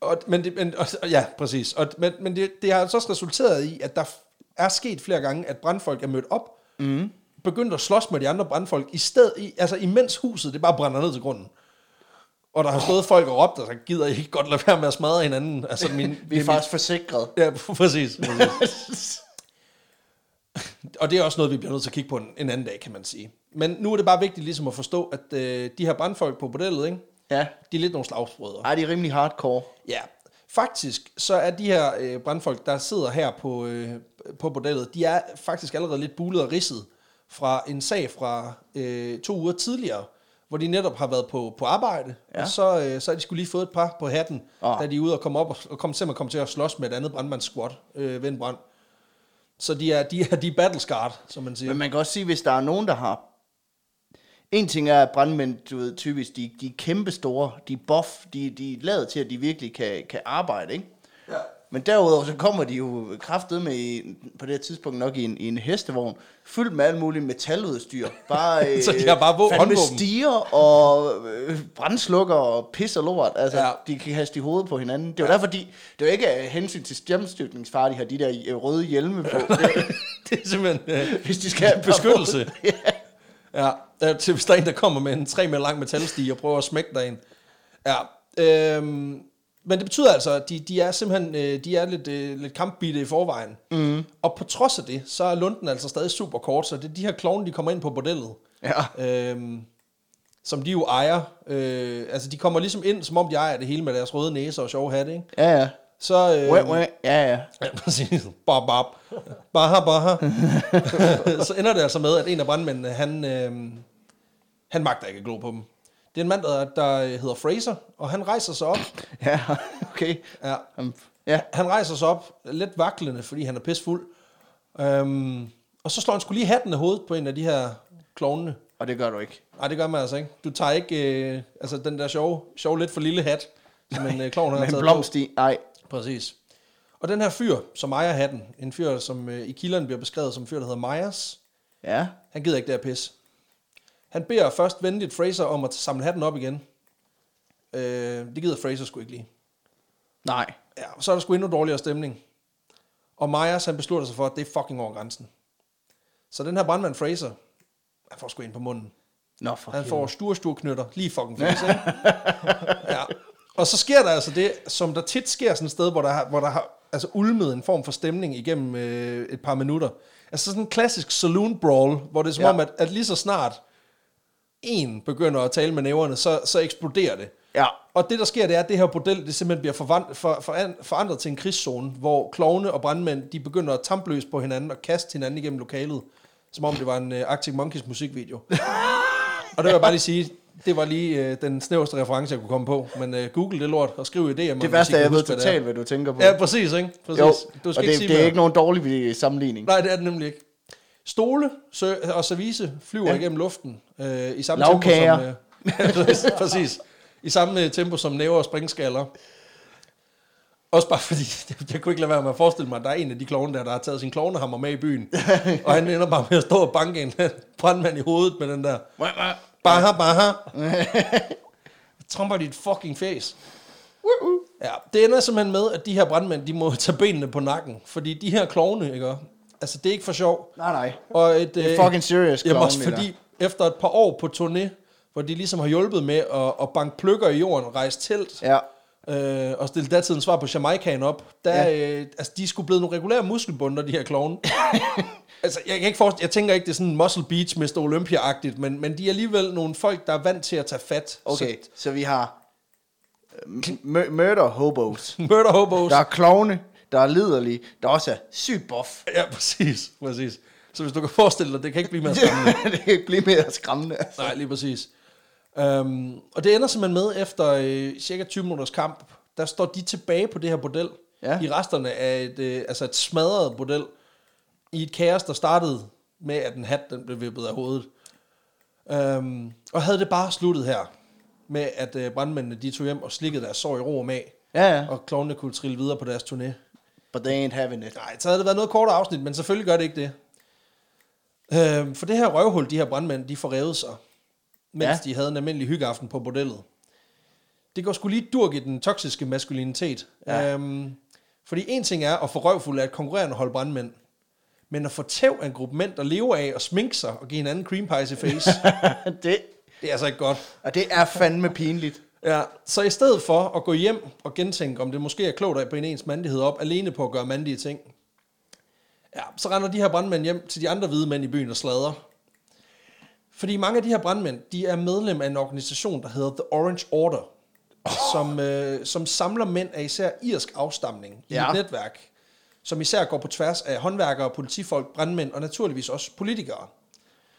[SPEAKER 2] Og, men det, men, og, ja, præcis. Og, men men det, det har altså også resulteret i, at der f- er sket flere gange, at brandfolk er mødt op, mm. begyndt at slås med de andre brandfolk, i stedet, i, altså imens huset det bare brænder ned til grunden. Og der har stået folk og råbt, og så gider I ikke godt lade være med at smadre hinanden. Altså, min,
[SPEAKER 1] [LAUGHS] Vi er faktisk forsikret.
[SPEAKER 2] Ja, præcis. præcis. [LAUGHS] og det er også noget, vi bliver nødt til at kigge på en, en anden dag, kan man sige. Men nu er det bare vigtigt ligesom at forstå, at øh, de her brandfolk på bordellet, ikke?
[SPEAKER 1] Ja.
[SPEAKER 2] de er lidt nogle slagsbrødre.
[SPEAKER 1] Ej, de er rimelig hardcore.
[SPEAKER 2] Ja, faktisk så er de her øh, brandfolk, der sidder her på, øh, på bordellet, de er faktisk allerede lidt bulet og ridset fra en sag fra øh, to uger tidligere, hvor de netop har været på, på arbejde,
[SPEAKER 1] Ja.
[SPEAKER 2] ja. og så, øh, så har de skulle lige fået et par på hatten,
[SPEAKER 1] Ah.
[SPEAKER 2] oh. da de er ude og komme op og, og kom, simpelthen kom til at slås med et andet brandmandssquad øh, ved en brand. Så de er, de er, de er battlescarred, som man siger.
[SPEAKER 1] Men man kan også sige, hvis der er nogen, der har... En ting er, at brandmænd, du ved, typisk, de, de er kæmpe store, de er buff, de, de er lavet til, at de virkelig kan, kan arbejde, ikke?
[SPEAKER 2] Ja.
[SPEAKER 1] Men derudover, så kommer de jo kraftet med i, på det her tidspunkt nok i en, i en hestevogn, fyldt med alt muligt metaludstyr. Bare, øh,
[SPEAKER 2] [LAUGHS] Så de har bare våben-
[SPEAKER 1] fandme
[SPEAKER 2] håndvåben.
[SPEAKER 1] stiger og øh, brændslukker og pis og lort. Altså, ja.
[SPEAKER 2] Ja.
[SPEAKER 1] de kan kaste i hovedet på hinanden. Det er jo derfor, de, det er jo ikke af hensyn til stjernestyrkningsfar, de har de der øh, røde hjelme på. [LAUGHS] Det,
[SPEAKER 2] [LAUGHS] det er simpelthen... Øh,
[SPEAKER 1] hvis de skal have
[SPEAKER 2] Beskyttelse. Ja, øh, til hvis der er en, der kommer med en 3 meter lang metalstige og prøver at smække dig ind. Ja, øhm, men det betyder altså, at de, de er simpelthen øh, de er lidt, øh, lidt kampbitte i forvejen. Mm. Og på trods af det, så er lunden altså stadig super kort, så det er de her klovne, de kommer ind på bordellet.
[SPEAKER 1] Ja.
[SPEAKER 2] Øhm, som de jo ejer. Øh, altså, de kommer ligesom ind, som om de ejer det hele med deres røde næse og sjove hatte, ikke?
[SPEAKER 1] Ja, ja.
[SPEAKER 2] Så, øh,
[SPEAKER 1] Wah, wah. Ja, ja.
[SPEAKER 2] Ja, præcis. Bob, bob. Baha, baha. [LAUGHS] så ender det altså med, at en af brandmændene, han, øh, han magter ikke at glo på dem. Det er en mand, der, der hedder Fraser, og han rejser sig op.
[SPEAKER 1] Ja, [LAUGHS] okay.
[SPEAKER 2] Ja,
[SPEAKER 1] Um, ja.
[SPEAKER 2] han rejser sig op, lidt vaklende, fordi han er pissfuld. Øhm, og så slår han skulle lige hatten af hovedet på en af de her klovnene.
[SPEAKER 1] Og det gør du ikke.
[SPEAKER 2] Nej, det gør man altså ikke. Du tager ikke øh, altså den der sjove, sjove lidt for lille hat, som en øh, klovn har
[SPEAKER 1] Men
[SPEAKER 2] taget på.
[SPEAKER 1] blomst i, nej.
[SPEAKER 2] Præcis. Og den her fyr, som ejer hatten, en fyr, som øh, i kilderne bliver beskrevet som en fyr, der hedder Myers,
[SPEAKER 1] Ja,
[SPEAKER 2] han gider ikke det her pis. Han beder først venligt Fraser om at samle hatten op igen. Øh, det gider Fraser sgu ikke lige.
[SPEAKER 1] nej.
[SPEAKER 2] Ja, og så er der sgu endnu dårligere stemning. Og Myers, han beslutter sig for, at det er fucking over grænsen. Så den her brandmand Fraser, han får sgu ind på munden.
[SPEAKER 1] Nå, for
[SPEAKER 2] Han
[SPEAKER 1] helvede.
[SPEAKER 2] får sture, sture knytter. Lige fucking fæs, ikke? ja. Og så sker der altså det, som der tit sker sådan et sted, hvor der har, hvor der har altså ulmet en form for stemning igennem øh, et par minutter. Altså sådan en klassisk saloon brawl, hvor det er som
[SPEAKER 1] Ja.
[SPEAKER 2] ja. om, at, at lige så snart en begynder at tale med næverne, så, så eksploderer det.
[SPEAKER 1] Ja.
[SPEAKER 2] Og det, der sker, det er, at det her bordel det simpelthen bliver forvand, for, for, forandret til en krigszone, hvor klovne og brandmænd de begynder at tampløse på hinanden og kaste hinanden igennem lokalet, som om det var en uh, Arctic Monkeys musikvideo. og det vil jeg bare lige sige, det var lige uh, den snæverste reference, jeg kunne komme på. Men uh, google det lort og skriv idéer.
[SPEAKER 1] Det værste er, jeg ved totalt, hvad du tænker på.
[SPEAKER 2] Ja, præcis, ikke? Præcis.
[SPEAKER 1] jo,
[SPEAKER 2] du
[SPEAKER 1] og
[SPEAKER 2] skal
[SPEAKER 1] det,
[SPEAKER 2] ikke sige
[SPEAKER 1] det er
[SPEAKER 2] mere.
[SPEAKER 1] ikke nogen dårlig sammenligning.
[SPEAKER 2] Nej, det er det nemlig ikke. Stole sø- og service flyver
[SPEAKER 1] Ja.
[SPEAKER 2] ja. igennem luften øh, i samme
[SPEAKER 1] Lagkager.
[SPEAKER 2] tempo som... Øh, [LAUGHS] præcis. I samme øh, tempo som næver og springskaller. Også bare fordi, [LAUGHS] jeg kunne ikke lade være med at forestille mig, at der er en af de klovne der, der har taget sin klovnehammer med i byen. og han ender bare med at stå og banke en brandmand i hovedet med den der... Baha, baha. [LAUGHS] Trumper dit fucking face. Ja, det ender simpelthen med, at de her brandmænd, de må [LAUGHS] tage benene på nakken. Fordi de her klovne, ikke? Altså, det er ikke for sjov.
[SPEAKER 1] Nej, nej.
[SPEAKER 2] Og et, øh,
[SPEAKER 1] Det er fucking serious
[SPEAKER 2] Jamen
[SPEAKER 1] klovne,
[SPEAKER 2] også
[SPEAKER 1] det der.
[SPEAKER 2] fordi, efter et par år på turné, hvor de ligesom har hjulpet med at, at banke pløkker i jorden, rejse telt,
[SPEAKER 1] Ja.
[SPEAKER 2] øh, og stille datidens svar på Jamaicaen op, der, ja. øh, altså, de skulle blevet nogle regulære muskelbunder, de her klovne. altså, jeg, kan ikke forestille, jeg tænker ikke, det er sådan Muscle Beach, Mr. Olympia-agtigt, men, men de er alligevel nogle folk, der er vant til at tage fat.
[SPEAKER 1] Okay, så, vi har øh, mur- murder hobos.
[SPEAKER 2] Så, murder hobos.
[SPEAKER 1] Der er klovne, der er liderlige, der også er sygt buff.
[SPEAKER 2] Ja, præcis, præcis. Så hvis du kan forestille dig, det kan ikke
[SPEAKER 1] [LAUGHS]
[SPEAKER 2] blive mere skræmmende.
[SPEAKER 1] det kan ikke blive mere skræmmende. altså.
[SPEAKER 2] Nej, lige præcis. Øhm, og det ender simpelthen med, efter øh, cirka 20 minutters kamp, der står de tilbage på det her bordel,
[SPEAKER 1] Ja.
[SPEAKER 2] i resterne af et, øh, altså et smadret bordel, i et kaos, der startede med, at en hat den blev vippet af hovedet. Øhm, og havde det bare sluttet her, med at øh, brandmændene de tog hjem og slikkede deres sår i ro og mag,
[SPEAKER 1] Ja, ja.
[SPEAKER 2] og klovnene kunne trille videre på deres turné.
[SPEAKER 1] But they ain't having it. [LAUGHS]
[SPEAKER 2] Nej, så havde det været noget kortere afsnit, men selvfølgelig gør det ikke det. Øh, for det her røvhul, de her brandmænd, de får revet sig, mens
[SPEAKER 1] Ja.
[SPEAKER 2] ja. de havde en almindelig hyggeaften på bordellet. Det går sgu lige durk i den toksiske maskulinitet.
[SPEAKER 1] Ja.
[SPEAKER 2] Ja. Øhm, fordi en ting er at få røvfuld af et konkurrerende hold brandmænd, men at få tæv af en gruppe mænd, der lever af at sminke sig og give hinanden cream pies i [LAUGHS] face,
[SPEAKER 1] det,
[SPEAKER 2] det er altså ikke godt.
[SPEAKER 1] og det er fandme pinligt.
[SPEAKER 2] Ja, så i stedet for at gå hjem og gentænke, om det måske er klogt at binde ens mandighed op, alene på at gøre mandige ting, ja, så render de her brandmænd hjem til de andre hvide mænd i byen og slader. Fordi mange af de her brandmænd, de er medlem af en organisation, der hedder The Orange Order, som, øh, som samler mænd af især irsk afstamning i
[SPEAKER 1] Ja.
[SPEAKER 2] ja. et netværk, som især går på tværs af håndværkere, politifolk, brandmænd og naturligvis også politikere.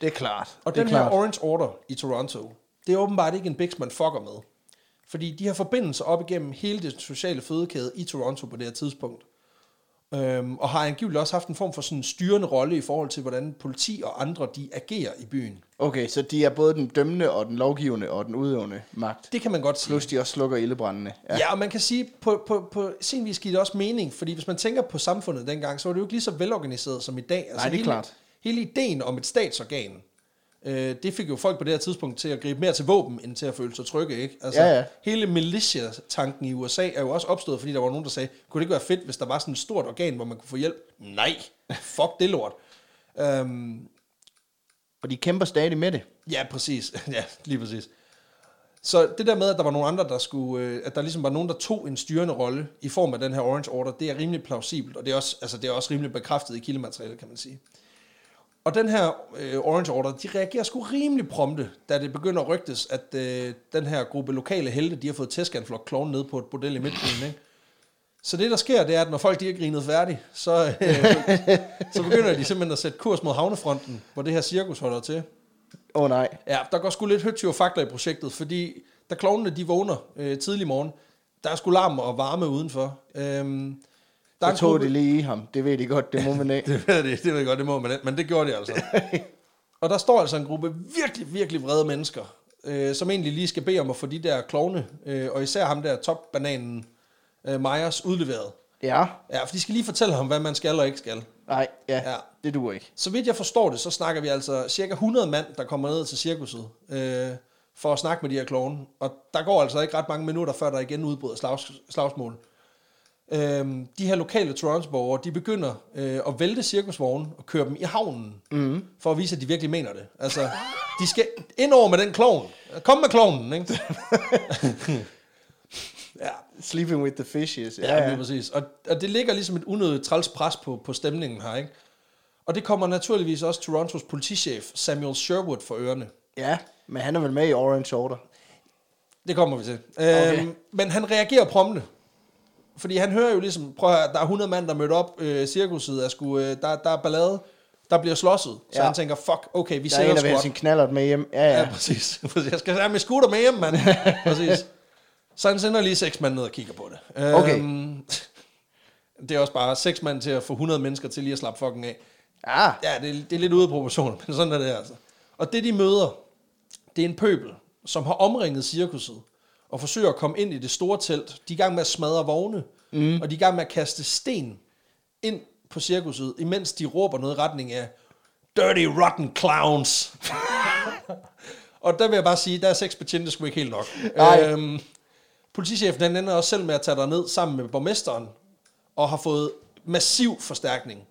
[SPEAKER 1] Det er klart.
[SPEAKER 2] Og
[SPEAKER 1] det er
[SPEAKER 2] den her
[SPEAKER 1] klart.
[SPEAKER 2] Orange Order i Toronto, det er åbenbart ikke en biks, man fucker med. Fordi de har forbindelser op igennem hele det sociale fødekæde i Toronto på det her tidspunkt. Øhm, og har angiveligt også haft en form for sådan en styrende rolle i forhold til, hvordan politi og andre de agerer i byen.
[SPEAKER 1] Okay, så de er både den dømmende og den lovgivende og den udøvende magt.
[SPEAKER 2] Det kan man godt sige.
[SPEAKER 1] Plus de også slukker ildebrændende.
[SPEAKER 2] Ja. ja, og man kan sige, på, på, på sin vis giver det også mening, fordi hvis man tænker på samfundet dengang, så var det jo ikke lige så velorganiseret som i dag. Altså,
[SPEAKER 1] det er
[SPEAKER 2] hele,
[SPEAKER 1] klart.
[SPEAKER 2] Hele ideen om et statsorgan, øh, det fik jo folk på det her tidspunkt til at gribe mere til våben, end til at føle sig trygge, ikke? Altså,
[SPEAKER 1] Ja, ja.
[SPEAKER 2] Hele militia-tanken i USA er jo også opstået, fordi der var nogen, der sagde, kunne det ikke være fedt, hvis der var sådan et stort organ, hvor man kunne få hjælp? Nej, fuck det lort. øhm,
[SPEAKER 1] Og de kæmper stadig med det.
[SPEAKER 2] Ja, præcis. [LAUGHS] ja, lige præcis. Så det der med, at der var nogle andre, der skulle, øh, at der ligesom var nogen, der tog en styrende rolle i form af den her Orange Order, det er rimelig plausibelt, og det er også, altså, det er også rimelig bekræftet i kildematerialet, kan man sige. Og den her øh, Orange Order, de reagerer sgu rimelig prompte, da det begynder at rygtes, at øh, den her gruppe lokale helte, de har fået tæsk af en flok klovne ned på et bordel i midtbyen, ikke? Så det, der sker, det er, at når folk de er grinet færdige, så, øh, så begynder de simpelthen at sætte kurs mod havnefronten, hvor det her cirkus holder til.
[SPEAKER 1] Åh oh, nej.
[SPEAKER 2] Ja, der går sgu lidt højt og fakler i projektet, fordi da klovnene de vågner øh, tidlig morgen, der er sgu larm og varme udenfor. Øhm, der
[SPEAKER 1] Så
[SPEAKER 2] [LAUGHS]
[SPEAKER 1] tog det lige i ham. Det ved de godt, det må man ikke.
[SPEAKER 2] det, ved jeg- det, det ved jeg godt, det må man ikke, men det gjorde de altså. Og der står altså en gruppe virkelig, virkelig vrede mennesker, øh, som egentlig lige skal bede om at få de der klovne, øh, og især ham der topbananen øh, Myers udleveret.
[SPEAKER 1] Ja,
[SPEAKER 2] Ja, for de skal lige fortælle ham, hvad man skal og ikke skal.
[SPEAKER 1] nej, ja,
[SPEAKER 2] Ja.
[SPEAKER 1] ja. det duer ikke.
[SPEAKER 2] Så vidt jeg forstår det, så snakker vi altså cirka 100 mand, der kommer ned til cirkuset, øh, for at snakke med de her klovne. Og der går altså ikke ret mange minutter, før der igen udbryder slags, slagsmål. Øhm, de her lokale Torontoborgere, de begynder øh, at vælte cirkusvogne og køre dem i havnen, mm. for at vise, at de virkelig mener det. Altså, de skal ind over med den klovn. Kom med klovnen, ikke? ja,
[SPEAKER 1] Sleeping with the fishes.
[SPEAKER 2] Ja, ja. Lige præcis. Og, og det ligger ligesom et unødigt træls pres på, på stemningen her, ikke? Og det kommer naturligvis også Torontos politichef Samuel Sherwood for ørerne.
[SPEAKER 1] ja, men han er vel med i Orange Order.
[SPEAKER 2] Det kommer vi til. Okay.
[SPEAKER 1] Okay.
[SPEAKER 2] Øhm, men han reagerer prompte. Fordi han hører jo ligesom, prøv at høre, der er 100 mand, der mødte op, øh, cirkuset er sgu, øh, der, der er ballade, der bliver slåsset. Så ja.
[SPEAKER 1] Ja.
[SPEAKER 2] han tænker, fuck, okay, vi
[SPEAKER 1] Der er
[SPEAKER 2] sælger
[SPEAKER 1] en, der
[SPEAKER 2] sgu
[SPEAKER 1] vil have
[SPEAKER 2] op.
[SPEAKER 1] sin knallert med hjem. Ja,
[SPEAKER 2] [LAUGHS] Ja,
[SPEAKER 1] ja.
[SPEAKER 2] præcis. [LAUGHS] Præcis. Jeg skal have min scooter med hjem,
[SPEAKER 1] [LAUGHS]
[SPEAKER 2] mand. præcis. Så han sender lige seks mand ned og kigger på det.
[SPEAKER 1] Okay.
[SPEAKER 2] Øhm, [LAUGHS] det er også bare seks mand til at få 100 mennesker til lige at slappe fucking af.
[SPEAKER 1] Ah,
[SPEAKER 2] Ja, det, er- det er lidt ude af proportioner, [LAUGHS] men sådan er det altså. Og det, de møder, det er en pøbel, som har omringet cirkuset og forsøger at komme ind i det store telt. De er i gang med at smadre vogne, mm. og de er i gang med at kaste sten ind på cirkuset, imens de råber noget i retning af Dirty Rotten Clowns. og der vil jeg bare sige, der er seks betjente sgu ikke helt nok.
[SPEAKER 1] Nej.
[SPEAKER 2] Øhm, politichefen han ender også selv med at tage dig ned sammen med borgmesteren, og har fået massiv forstærkning.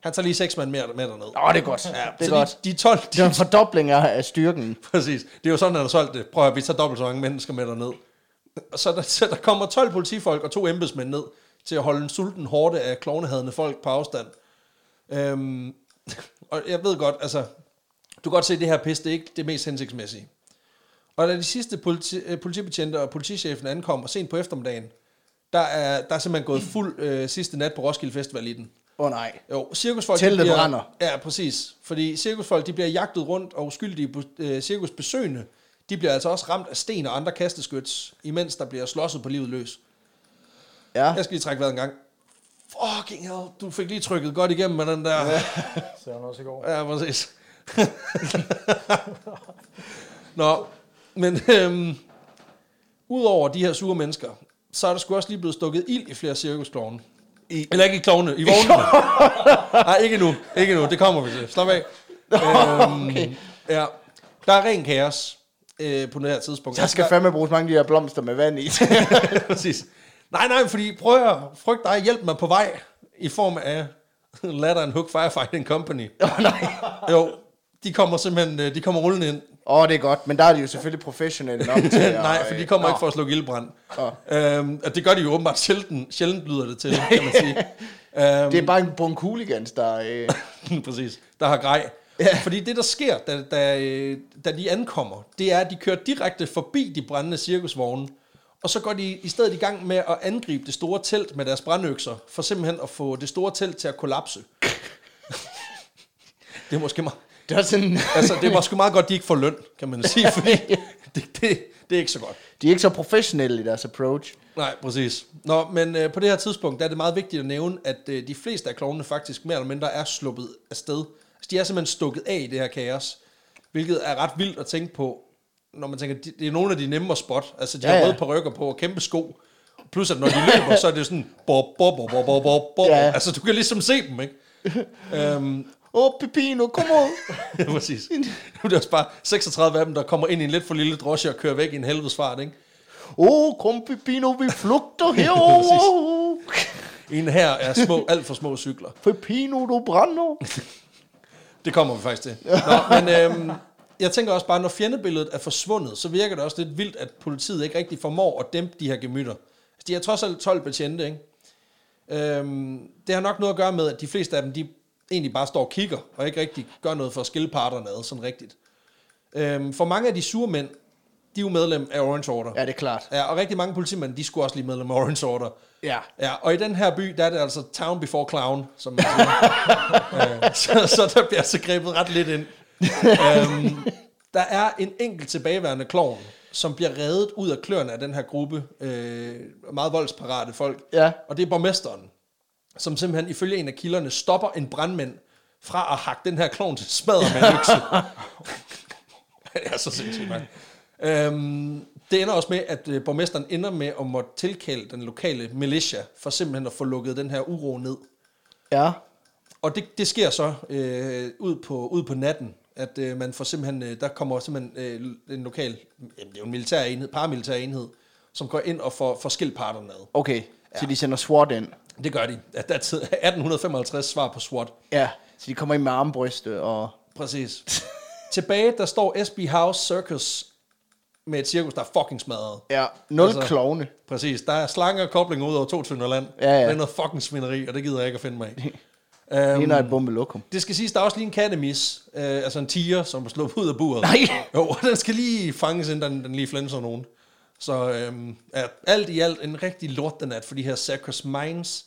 [SPEAKER 2] Han tager lige seks mand mere med derned.
[SPEAKER 1] Åh, det er godt.
[SPEAKER 2] Ja,
[SPEAKER 1] det
[SPEAKER 2] så
[SPEAKER 1] er godt.
[SPEAKER 2] De, de 12,
[SPEAKER 1] Det er
[SPEAKER 2] [LAUGHS] de,
[SPEAKER 1] en fordobling af af styrken.
[SPEAKER 2] præcis. Det er jo sådan, han har solgt det. Prøv at høre, vi tager dobbelt så mange mennesker med derned. Og Så der, så der kommer 12 politifolk og to embedsmænd ned til at holde en sulten hårde af klovnehadende folk på afstand. Øhm, [LAUGHS] og jeg ved godt, altså, du kan godt se, at det her pis, det er ikke det mest hensigtsmæssige. Og da de sidste politi, øh, politibetjente og politichefen ankommer sent på eftermiddagen, der er, der er simpelthen gået fuld øh, sidste nat på Roskilde Festival i den.
[SPEAKER 1] Åh oh, nej.
[SPEAKER 2] Jo, cirkusfolk... de
[SPEAKER 1] Teltet
[SPEAKER 2] bliver-
[SPEAKER 1] brænder.
[SPEAKER 2] Ja, præcis. Fordi cirkusfolk, de bliver jagtet rundt, og uskyldige bu- øh, cirkusbesøgende, de bliver altså også ramt af sten og andre kasteskyts, imens der bliver slåsset på livet løs.
[SPEAKER 1] Ja.
[SPEAKER 2] Jeg skal lige trække vejret en gang. Fucking hell, du fik lige trykket godt igennem med den der...
[SPEAKER 3] Ser han også i går.
[SPEAKER 2] Ja, præcis. [LAUGHS] Nå, men øhm, udover de her sure mennesker, så er der sgu også lige blevet stukket ild i flere cirkusklovne. I, Eller ikke i klovne, i vognene. [LAUGHS] Nej, ikke nu, ikke nu, det kommer vi til. Slap af. øhm, okay. Ja, der er ren kaos øh, på det her tidspunkt.
[SPEAKER 1] Der skal fandme bruges mange af de her blomster med vand i. [LAUGHS]
[SPEAKER 2] [LAUGHS] Præcis. Nej, nej, fordi prøv at høre, frygt dig, hjælp mig på vej i form af Ladder and Hook Firefighting Company.
[SPEAKER 1] Åh oh, nej.
[SPEAKER 2] Jo, de kommer simpelthen, øh, de kommer rullende ind.
[SPEAKER 1] Åh, oh, det er godt. Men der er de jo selvfølgelig professionelle nok [LAUGHS] til at, øh,
[SPEAKER 2] [LAUGHS] Nej, for de kommer
[SPEAKER 1] Nå.
[SPEAKER 2] ikke for at slukke ildbrand. Øhm, og det gør de jo åbenbart sjældent, sjældent lyder det til, kan man sige. øhm,
[SPEAKER 1] [LAUGHS] Det er bare en bunke hooligans, der... Øh...
[SPEAKER 2] [LAUGHS] præcis, der har grej. Ja. Fordi det, der sker, da, da, øh, da de ankommer, det er, at de kører direkte forbi de brændende cirkusvogne, og så går de i stedet i gang med at angribe det store telt med deres brandøkser, for simpelthen at få det store telt til at kollapse. [LAUGHS] det er måske meget,
[SPEAKER 1] Det er sådan... [LAUGHS]
[SPEAKER 2] altså, det er måske meget godt, at de ikke får løn, kan man [LAUGHS] sige, fordi det, det, det er ikke så godt.
[SPEAKER 1] De er ikke så professionelle i deres approach.
[SPEAKER 2] Nej, præcis. Nå, men øh, på det her tidspunkt, der er det meget vigtigt at nævne, at øh, de fleste af klovnene faktisk mere eller mindre er sluppet af sted. Altså, de er simpelthen stukket af i det her kaos, hvilket er ret vildt at tænke på, når man tænker, de, det er nogle af de nemme at spot. Altså, de ja,
[SPEAKER 1] Ja,
[SPEAKER 2] har
[SPEAKER 1] ja.
[SPEAKER 2] røde perukker på og kæmpe sko. Plus, at når de løber, så er det sådan, bob, bob, bob, bob, bob, bob, bob. Ja.
[SPEAKER 1] Ja.
[SPEAKER 2] Altså, du kan ligesom se dem, [LAUGHS] ikke? øhm,
[SPEAKER 1] Åh, oh, Pepino, kom ud!
[SPEAKER 2] Ja, præcis. Nu er det også bare 36 af dem, der kommer ind i en lidt for lille drosje og kører væk i en helvedes fart, ikke?
[SPEAKER 1] Åh, oh, kom Pepino, vi [LAUGHS] flugter herover!
[SPEAKER 2] En her er små, alt for små cykler.
[SPEAKER 1] Pepino, du brænder!
[SPEAKER 2] Det kommer vi faktisk til. Nå, men øhm, jeg tænker også bare, når fjendebilledet er forsvundet, så virker det også lidt vildt, at politiet ikke rigtig formår at dæmpe de her gemytter. Altså, de er trods alt 12 betjente, ikke? Øhm, det har nok noget at gøre med, at de fleste af dem, de egentlig bare står og kigger, og ikke rigtig gør noget for at skille parterne ad, sådan rigtigt. Øhm, for mange af de sure mænd, de er jo medlem af Orange Order.
[SPEAKER 1] Ja, det er klart.
[SPEAKER 2] Ja, og rigtig mange politimænd, de skulle også lige medlem af Orange Order.
[SPEAKER 1] Ja.
[SPEAKER 2] Ja, og i den her by, der er det altså town before clown, som man siger.
[SPEAKER 1] [LAUGHS]
[SPEAKER 2] Øh, så, så der bliver altså grebet ret lidt ind. øhm, der er en enkelt tilbageværende klovn, som bliver reddet ud af kløerne af den her gruppe øh, meget voldsparate folk.
[SPEAKER 1] Ja.
[SPEAKER 2] Og det er borgmesteren, som simpelthen ifølge en af kilderne stopper en brandmand fra at hakke den her klovn til smadre med en økse. [LAUGHS] det er så sindssygt, mand. Øhm, det ender også med, at øh, borgmesteren ender med at måtte tilkalde den lokale militia, for simpelthen at få lukket den her uro ned.
[SPEAKER 1] Ja.
[SPEAKER 2] Og det, det sker så øh, ud, på, ud på natten, at øh, man får simpelthen, øh, der kommer simpelthen øh, en lokal, jamen, det er jo en militær enhed, paramilitær enhed, som går ind og får, får skilt parterne ad.
[SPEAKER 1] Okay, så de sender SWAT ind.
[SPEAKER 2] Det gør de. At der er tid- [LAUGHS] 1855 svar på SWAT.
[SPEAKER 1] Ja, så de kommer ind med armbryste og... [LAUGHS]
[SPEAKER 2] Præcis. Tilbage, der står SB House Circus med et cirkus, der er fucking smadret.
[SPEAKER 1] Ja, nul
[SPEAKER 2] Altså-
[SPEAKER 1] altså... klovne.
[SPEAKER 2] Præcis. Der er slanger og koblinger ud over to tynder land.
[SPEAKER 1] Ja, ja.
[SPEAKER 2] Der er noget fucking svineri, og det gider jeg ikke at finde mig
[SPEAKER 1] [LAUGHS]
[SPEAKER 2] i.
[SPEAKER 1] Um...
[SPEAKER 2] øhm,
[SPEAKER 1] Ligner et bombelokum.
[SPEAKER 2] det skal siges, der er også lige en kattemis, øh, altså en tiger, som er sluppet ud af buret.
[SPEAKER 1] Nej.
[SPEAKER 2] Jo, den skal lige fanges, inden den, den lige flænser nogen. Så øhm, ja, alt i alt en rigtig lort den er for de her Sacros Mines,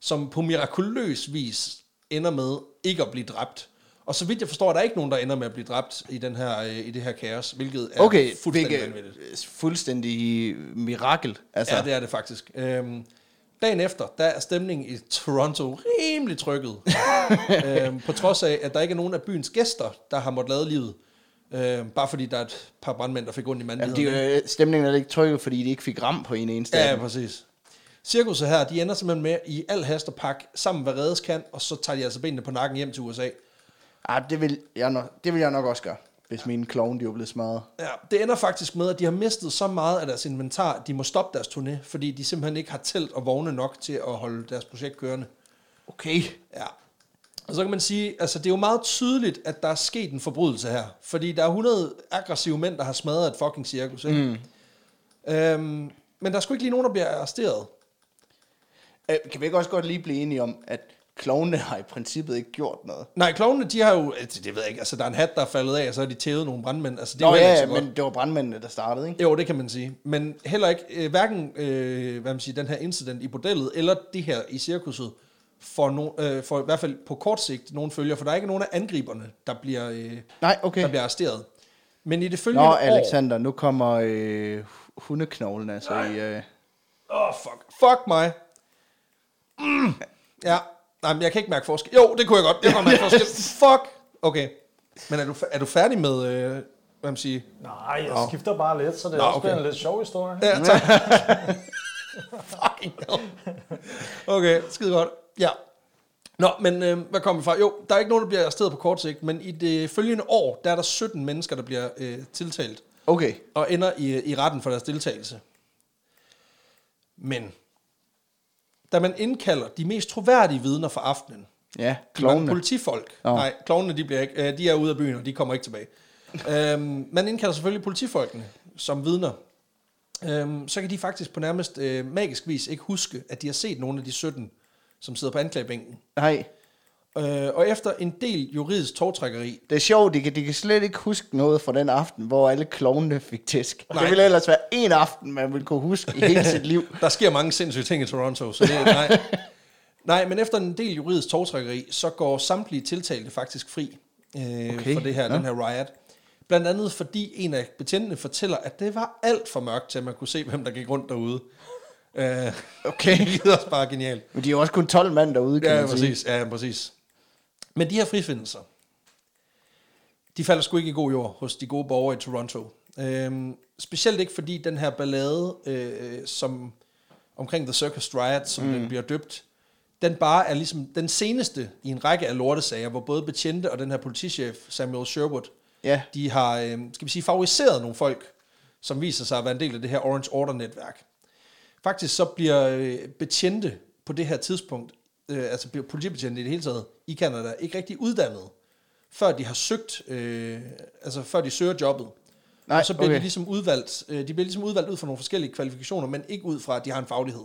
[SPEAKER 2] som på mirakuløs vis ender med ikke at blive dræbt. Og så vidt jeg forstår, er der ikke nogen, der ender med at blive dræbt i, den her, øh, i det her kaos, hvilket er
[SPEAKER 1] Okay,
[SPEAKER 2] fuldstændig vanvittigt.
[SPEAKER 1] hvilket
[SPEAKER 4] fuldstændig mirakel. Altså,
[SPEAKER 2] Ja, det er det faktisk. Øhm, dagen efter, der er stemningen i Toronto rimelig
[SPEAKER 1] [LAUGHS]
[SPEAKER 2] trykket. øhm, på trods af, at der ikke er nogen af byens gæster, der har måttet lade livet. Øhm, bare fordi der er et par brandmænd, der fik ondt i
[SPEAKER 1] Jamen,
[SPEAKER 2] mandigheden.
[SPEAKER 1] de, øh, stemningen er lidt trykket, fordi de ikke fik ram på en eneste.
[SPEAKER 2] Ja,
[SPEAKER 1] af
[SPEAKER 2] ja,
[SPEAKER 1] dem.
[SPEAKER 2] præcis. Cirkuset her, de ender simpelthen med i al hast og pak, sammen hvad reddes kan, og så tager de altså benene på nakken hjem til USA.
[SPEAKER 1] Ah, det, vil jeg nok, det vil jeg nok også gøre, hvis mine klovne de var blevet smadret.
[SPEAKER 2] Ja, det ender faktisk med, at de har mistet så meget af deres inventar, at de må stoppe deres turné, fordi de simpelthen ikke har telt og vogne nok til at holde deres projekt kørende.
[SPEAKER 1] Okay.
[SPEAKER 2] Ja. Og så kan man sige, altså det er jo meget tydeligt, at der er sket en forbrydelse her. Fordi der er 100 aggressive mænd, der har smadret et fucking cirkus. Ikke? Mm. Øhm, men der er sgu ikke lige nogen, der bliver arresteret.
[SPEAKER 1] Øh, kan vi ikke også godt lige blive enige om, at klovnene har i princippet ikke gjort noget?
[SPEAKER 2] Nej, klovnene, de har jo, altså, det ved jeg ikke, altså der er en hat, der er faldet af, og så har de tævet nogle brandmænd. Altså, det er
[SPEAKER 1] Nå
[SPEAKER 2] jo heller
[SPEAKER 1] ja,
[SPEAKER 2] ikke
[SPEAKER 1] ja
[SPEAKER 2] så godt.
[SPEAKER 1] men det var brandmændene, der startede, ikke?
[SPEAKER 2] Jo, det kan man sige. Men heller ikke, øh, hverken øh, hvad man siger, den her incident i bordellet, eller det her i cirkuset, for, no, øh, for i hvert fald på kort sigt nogen følger, for der er ikke nogen af angriberne, der bliver, øh,
[SPEAKER 1] Nej, okay.
[SPEAKER 2] der bliver arresteret. Men i det
[SPEAKER 1] Nå,
[SPEAKER 2] følgende år...
[SPEAKER 1] Alexander, nu kommer øh, hundeknoglen altså i... Øh,
[SPEAKER 2] Åh, oh, fuck. Fuck mig. Mm. Ja. Nej, men jeg kan ikke mærke forskel. Jo, det kunne jeg godt. Jeg kan godt mærke forskel. Fuck. Okay. Men er du, fa- er du færdig med, øh, hvad man siger?
[SPEAKER 3] Nej, jeg skifter bare lidt, så det
[SPEAKER 2] Nå,
[SPEAKER 3] Nå, også
[SPEAKER 2] okay.
[SPEAKER 3] bliver en lidt sjov historie.
[SPEAKER 2] Ja, tak. [LAUGHS] Fucking hell. Okay, skide godt. Ja. Nå, men øh, hvad kommer vi fra? Jo, der er ikke nogen, der bliver arresteret på kort sigt, men i det følgende år, der er der 17 mennesker, der bliver øh, tiltalt
[SPEAKER 1] okay.
[SPEAKER 2] og ender i, i retten for deres deltagelse. Men, da man indkalder de mest troværdige vidner for aftenen,
[SPEAKER 1] Ja,
[SPEAKER 2] de mange
[SPEAKER 1] klovnene.
[SPEAKER 2] politifolk.
[SPEAKER 1] Nå.
[SPEAKER 2] Nej, klovnene, de, bliver ikke, øh, de er ude af byen, og de kommer ikke tilbage. øhm, man indkalder selvfølgelig politifolkene som vidner. Øhm, så kan de faktisk på nærmest øh, magisk vis ikke huske, at de har set nogle af de 17, som sidder på anklagebænken.
[SPEAKER 1] Nej,
[SPEAKER 2] Øh, og efter en del juridisk tårtrækkeri,
[SPEAKER 1] det er sjovt, de kan, de kan slet ikke huske noget fra den aften, hvor alle klovnene fik tæsk.
[SPEAKER 2] Nej.
[SPEAKER 1] Det ville ellers være en aften, man ville kunne huske i hele sit liv.
[SPEAKER 2] der sker mange sindssyge ting i Toronto, så det er nej. nej, men efter en del juridisk tårtrækkeri, så går samtlige tiltalte faktisk fri øh, okay.
[SPEAKER 1] Okay,
[SPEAKER 2] for det her, ja. den her riot. Blandt andet fordi en af betjentene fortæller, at det var alt for mørkt til, at man kunne se, hvem der gik rundt derude. Øh, okay. [LAUGHS] Det er også bare genialt.
[SPEAKER 1] Men de er jo også kun 12 mand derude, kan
[SPEAKER 2] Ja,
[SPEAKER 1] man sige.
[SPEAKER 2] præcis. Ja, præcis. Men de her frifindelser, de falder sgu ikke i god jord hos de gode borgere i Toronto. Øhm, specielt ikke fordi den her ballade, øh, som omkring The Circus Riot, som mm. den bliver døbt, den bare er ligesom den seneste i en række af lortesager, hvor både betjente og den her politichef Samuel Sherwood,
[SPEAKER 1] Ja.
[SPEAKER 2] de har, øh, skal vi sige, favoriseret nogle folk, som viser sig at være en del af det her Orange Order-netværk. Faktisk så bliver øh, betjente på det her tidspunkt, øh, altså bliver politibetjente i det hele taget i Canada, ikke rigtig uddannet, før de har søgt, øh, altså før de søger jobbet.
[SPEAKER 1] Nej,
[SPEAKER 2] og så bliver
[SPEAKER 1] okay.
[SPEAKER 2] de ligesom udvalgt, øh, de bliver ligesom udvalgt ud fra nogle forskellige kvalifikationer, men ikke ud fra, at de har en faglighed.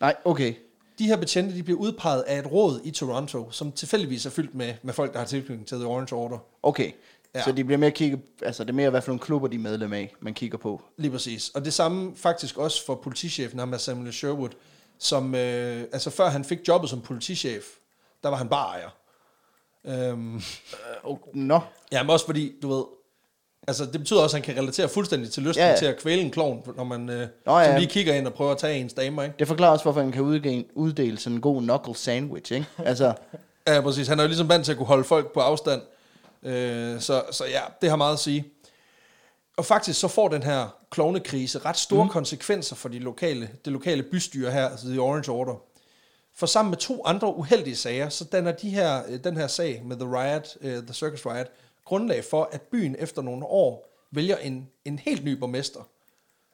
[SPEAKER 1] Nej, okay.
[SPEAKER 2] De her betjente, de bliver udpeget af et råd i Toronto, som tilfældigvis er fyldt med, med folk, der har tilknytning til The Orange Order.
[SPEAKER 1] Okay.
[SPEAKER 2] Ja.
[SPEAKER 1] Ja. Så de bliver mere kigge, altså det er mere i hvert fald nogle klubber, de er medlem af, man kigger på.
[SPEAKER 2] Lige præcis. Og det samme faktisk også for politichefen, ham er Samuel Sherwood, som, øh, altså før han fik jobbet som politichef, der var han bare ejer. Øhm,
[SPEAKER 1] Nå,
[SPEAKER 2] ja, men også fordi, du ved, altså det betyder også, at han kan relatere fuldstændig til lysten ja,
[SPEAKER 1] Ja,
[SPEAKER 2] ja.
[SPEAKER 1] ja.
[SPEAKER 2] til at kvæle en klovn, når man øh,
[SPEAKER 1] Nå,
[SPEAKER 2] som
[SPEAKER 1] ja.
[SPEAKER 2] lige kigger ind og prøver at tage ens damer, ikke? [LAUGHS]
[SPEAKER 1] det forklarer også, hvorfor han kan uddele, uddele sådan en god knuckle sandwich, ikke? Altså,
[SPEAKER 2] Ja, præcis. Han er jo ligesom vant til at kunne holde folk på afstand. Øh, så, så ja, det har meget at sige. Og faktisk så får den her klovnekrise ret store mm. konsekvenser for de lokale, det lokale bystyre her, altså The Orange Order. For sammen med to andre uheldige sager, så danner de her, øh, den her sag med The Riot, øh, The Circus Riot, grundlag for, at byen efter nogle år vælger en, en helt ny borgmester.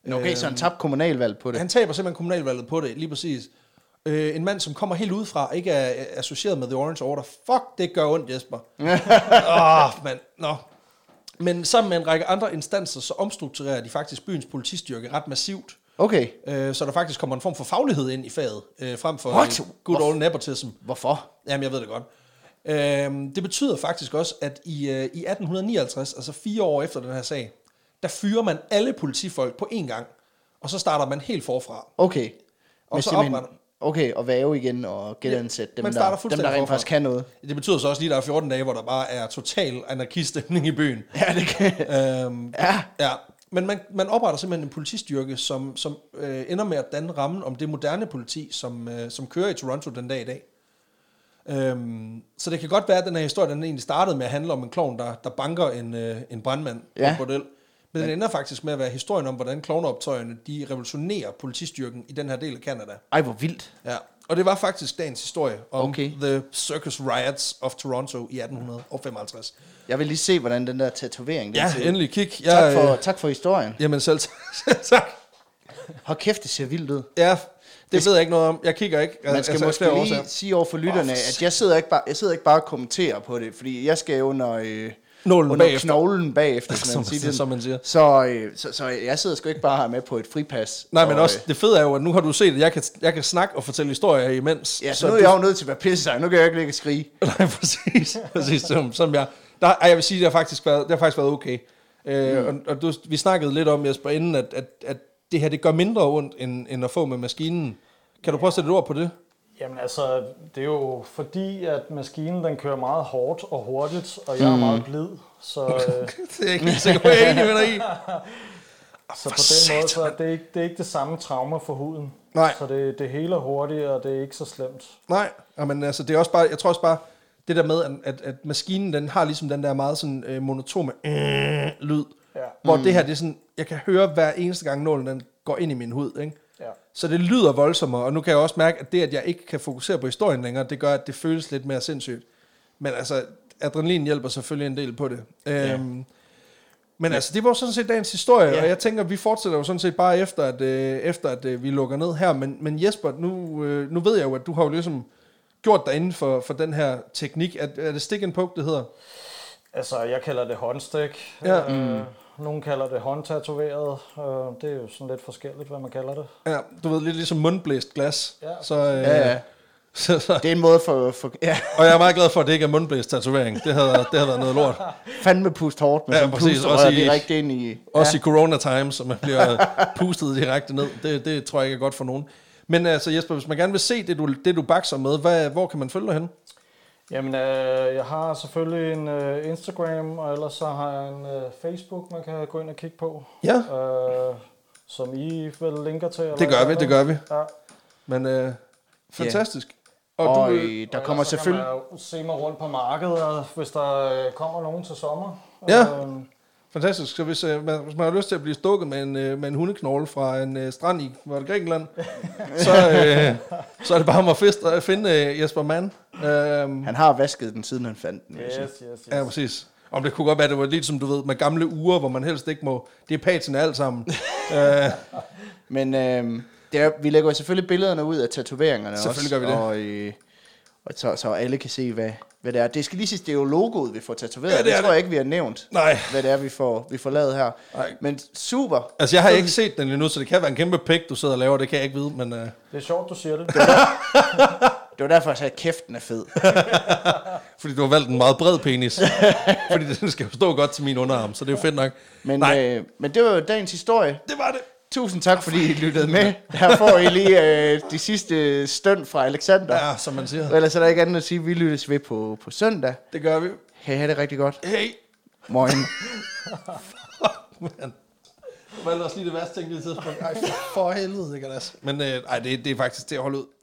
[SPEAKER 1] Nå, okay, så han tabte kommunalvalg på det.
[SPEAKER 2] øh, Han taber simpelthen kommunalvalget på det, lige præcis. Øh, en mand, som kommer helt udefra, ikke er, er associeret med The Orange Order. Fuck, det gør ondt, Jesper. Åh, oh, mand. Nå. Men sammen med en række andre instanser, så omstrukturerer de faktisk byens politistyrke ret massivt.
[SPEAKER 1] Okay,
[SPEAKER 2] Øh, så der faktisk kommer en form for faglighed ind i faget, øh, frem for
[SPEAKER 1] What?
[SPEAKER 2] øh, good old nepotism.
[SPEAKER 1] hvorfor?
[SPEAKER 2] Jamen, jeg ved det godt. Øhm, det betyder faktisk også, at i, øh, i 1859, altså fire år efter den her sag, der fyrer man alle politifolk på én gang, og så starter man helt forfra.
[SPEAKER 1] Okay.
[SPEAKER 2] Og
[SPEAKER 1] Men
[SPEAKER 2] så
[SPEAKER 1] simpelthen-
[SPEAKER 2] opretter-
[SPEAKER 1] Okay, og væve igen og genansætte
[SPEAKER 2] man
[SPEAKER 1] dem,
[SPEAKER 2] starter
[SPEAKER 1] der, dem,
[SPEAKER 2] fuldstændig
[SPEAKER 1] der rent
[SPEAKER 2] forfra.
[SPEAKER 1] faktisk kan noget.
[SPEAKER 2] Det betyder så også lige, at der er 14 dage, hvor der bare er total anarkistemning i byen.
[SPEAKER 1] [LAUGHS] Ja, det kan.
[SPEAKER 2] Øhm,
[SPEAKER 1] [LAUGHS] Ja.
[SPEAKER 2] ja. Men man, man opretter simpelthen en politistyrke, som, som øh, ender med at danne rammen om det moderne politi, som, øh, som kører i Toronto den dag i dag. Øhm, så det kan godt være, at den her historie, den egentlig startede med at handle om en klovn, der, der banker en, øh, en brandmand ja.
[SPEAKER 1] Ja.
[SPEAKER 2] på bordel. Men den ender faktisk med at være historien om, hvordan klovneoptøjerne, de revolutionerer politistyrken i den her del af Canada.
[SPEAKER 1] Ej, hvor vildt.
[SPEAKER 2] Ja, og det var faktisk dagens historie om okay.
[SPEAKER 1] Okay.
[SPEAKER 2] The Circus Riots of Toronto i 1855.
[SPEAKER 1] Jeg vil lige se, hvordan den der tatovering... den
[SPEAKER 2] Ja,
[SPEAKER 1] ser ud.
[SPEAKER 2] endelig kig. Jeg,
[SPEAKER 1] Tak for,
[SPEAKER 2] øh,
[SPEAKER 1] tak for historien.
[SPEAKER 2] Jamen selv, tak. [LAUGHS] Selv tak.
[SPEAKER 1] Hold kæft, det ser vildt ud.
[SPEAKER 2] Ja, det ved jeg ikke noget om. Jeg altså, kigger ikke.
[SPEAKER 1] Man skal
[SPEAKER 2] af
[SPEAKER 1] måske
[SPEAKER 2] flere
[SPEAKER 1] lige
[SPEAKER 2] årsager.
[SPEAKER 1] sige over for lytterne, at jeg sidder ikke bare, jeg sidder ikke bare og kommenterer på det, fordi jeg skal under, øh,
[SPEAKER 2] Nålen
[SPEAKER 1] under
[SPEAKER 2] bagefter.
[SPEAKER 1] knoglen bagefter,
[SPEAKER 2] [LAUGHS] Som
[SPEAKER 1] som,
[SPEAKER 2] man
[SPEAKER 1] man siger,
[SPEAKER 2] siger, som man siger.
[SPEAKER 1] Så, øh, så, så jeg sidder sgu ikke bare her med på et fripas.
[SPEAKER 2] Nej, men
[SPEAKER 1] Og,
[SPEAKER 2] også
[SPEAKER 1] øh,
[SPEAKER 2] det fede er jo, at nu har du set, at jeg kan, jeg kan snakke og fortælle historier imens.
[SPEAKER 1] øh, Ja, så, nu er jeg jo nødt til at være pisse sig. Nu kan jeg ikke ligge og skrige.
[SPEAKER 2] [LAUGHS] Nej, præcis. præcis som, som jeg... Der, ej, jeg vil sige, det har faktisk været, det har faktisk været okay. Øh, mm. Og, og du, vi snakkede lidt om, Jesper, inden, at, at, at det her det gør mindre ondt, end, end at få med maskinen. Kan du prøve at sætte et ord på det?
[SPEAKER 3] Jamen altså, det er jo fordi, at maskinen den kører meget hårdt og hurtigt, og
[SPEAKER 2] Mm.
[SPEAKER 3] jeg er meget blid.
[SPEAKER 2] [LAUGHS]
[SPEAKER 3] Så, øh,
[SPEAKER 2] [LAUGHS] det er jeg ikke helt sikker på, jeg er enig med dig i.
[SPEAKER 3] så på den måde, så er det ikke, det er ikke det samme trauma for huden.
[SPEAKER 2] Nej.
[SPEAKER 3] Så det, det hele er hurtigt, og det er ikke så slemt.
[SPEAKER 2] Nej, og men altså, det er også bare, jeg tror også bare, det der med, at- at, at maskinen, den har ligesom den der meget sådan øh, monotome øh, lyd,
[SPEAKER 3] Ja.
[SPEAKER 2] hvor det her, det er sådan, jeg kan høre hver eneste gang nålen, den går ind i min hud, ikke?
[SPEAKER 3] Ja.
[SPEAKER 2] Så det lyder voldsommere, og nu kan jeg også mærke, at det, at jeg ikke kan fokusere på historien længere, det gør, at det føles lidt mere sindssygt. Men altså, adrenalin hjælper selvfølgelig en del på det. Ja. Øhm, men altså, det var jo sådan set dagens historie, ja. og jeg tænker, vi fortsætter jo sådan set bare efter, at, øh, efter at øh, vi lukker ned her. Men, men Jesper, nu, øh, nu ved jeg jo, at du har jo ligesom gjort dig inden for, for den her teknik. Er, er det stick and poke, det hedder?
[SPEAKER 3] Altså, jeg kalder det håndstik.
[SPEAKER 2] Ja.
[SPEAKER 3] Øh, Nogle kalder det håndtatoveret. Øh, det er jo sådan lidt forskelligt, hvad man kalder det.
[SPEAKER 2] Ja, du ved, lidt ligesom mundblæst glas.
[SPEAKER 3] Ja.
[SPEAKER 2] Så, øh,
[SPEAKER 1] Ja, ja.
[SPEAKER 2] [LAUGHS] Så, så,
[SPEAKER 1] Det er en måde for... for ja,
[SPEAKER 2] og jeg er meget glad for, at det ikke er mundblæst tatovering. Det havde, det havde været noget lort.
[SPEAKER 1] fandme pust hårdt, men
[SPEAKER 2] Ja,
[SPEAKER 1] ja, så
[SPEAKER 2] præcis.
[SPEAKER 1] puster
[SPEAKER 2] Også
[SPEAKER 1] også
[SPEAKER 2] i-
[SPEAKER 1] direkte ind i...
[SPEAKER 2] Også ja. i corona times, så man [LAUGHS] bliver pustet direkte ned. Det, det tror jeg ikke er godt for nogen. Men altså Jesper, hvis man gerne vil se det, du, det, du bakser med, hvad, hvor kan man følge dig hen?
[SPEAKER 3] Jamen, øh, jeg har selvfølgelig en øh, Instagram, og ellers så har jeg en øh, Facebook, man kan gå ind og kigge på.
[SPEAKER 2] Ja,
[SPEAKER 3] Øh, som I vel linker til? Eller
[SPEAKER 2] det gør vi, det gør vi.
[SPEAKER 3] Ja.
[SPEAKER 2] Men øh, fantastisk. Og,
[SPEAKER 1] Og,
[SPEAKER 2] og
[SPEAKER 1] og
[SPEAKER 2] du,
[SPEAKER 1] øh,
[SPEAKER 2] øh,
[SPEAKER 1] der
[SPEAKER 3] Og
[SPEAKER 1] kommer
[SPEAKER 3] ellers så
[SPEAKER 1] selvfølgelig...
[SPEAKER 3] Kan man jo se mig rundt på markedet, hvis der øh, kommer nogen til sommer.
[SPEAKER 2] Ja.
[SPEAKER 3] Øh,
[SPEAKER 2] fantastisk. Så hvis, øh, man, hvis man har lyst til at blive stukket med en, øh, med en hundeknogle fra en øh, strand i var det Grækenland, så, øh, så er det bare om at fiste- at finde øh, Jesper Mann. Øh,
[SPEAKER 1] Han har vasket den, siden han fandt den. vil jeg sige.
[SPEAKER 3] yes, yes, yes.
[SPEAKER 2] Ja, præcis. Om det kunne godt være, det var lidt som du ved, med gamle uger, hvor man helst ikke må... Det er patina alt [LAUGHS] sammen. øh,
[SPEAKER 1] Men øh, det er, vi lægger jo selvfølgelig billederne ud af tatoveringerne
[SPEAKER 2] Selvfølgelig
[SPEAKER 1] også,
[SPEAKER 2] gør
[SPEAKER 1] vi det. Og, øh, og så, så alle kan se, hvad, hvad det er. Det skal lige sige, det er jo logoet, vi får tatoveret.
[SPEAKER 2] Ja,
[SPEAKER 1] Ja,
[SPEAKER 2] det
[SPEAKER 1] det, det
[SPEAKER 2] er
[SPEAKER 1] tror
[SPEAKER 2] det.
[SPEAKER 1] jeg ikke, vi har nævnt,
[SPEAKER 2] nej.
[SPEAKER 1] hvad det er, vi får, vi får lavet her.
[SPEAKER 2] Nej.
[SPEAKER 1] Men super.
[SPEAKER 2] Altså, jeg har ikke set den endnu, så det kan være en kæmpe pik, du sidder og laver. Det kan jeg ikke vide, men... Øh,
[SPEAKER 3] Det er sjovt, du siger det.
[SPEAKER 1] Det var derfor, jeg sagde, at kæften er
[SPEAKER 2] [LAUGHS]
[SPEAKER 1] fed.
[SPEAKER 2] fordi du har valgt en meget bred
[SPEAKER 1] [LAUGHS]
[SPEAKER 2] penis. fordi den skal jo stå godt til min underarm, så det er jo fedt nok.
[SPEAKER 1] Men,
[SPEAKER 2] Nej.
[SPEAKER 1] øh, men det var jo dagens historie.
[SPEAKER 2] Det var det.
[SPEAKER 1] Tusind tak, fordi I lyttede med. Her får I lige øh, de sidste stønd fra Alexander. Ja.
[SPEAKER 2] Ja, som man siger.
[SPEAKER 1] Ellers er der ikke andet at sige, vi lyttes ved på, på søndag.
[SPEAKER 2] Det gør vi.
[SPEAKER 1] Hey, ha' det rigtig godt.
[SPEAKER 2] Hey!
[SPEAKER 1] Morgen.
[SPEAKER 2] Man. Det var ellers lige det værste tænkelige tidspunkt. Ej, for helvede, ikke altså. Men øh, ej, det, det er faktisk det at holde ud.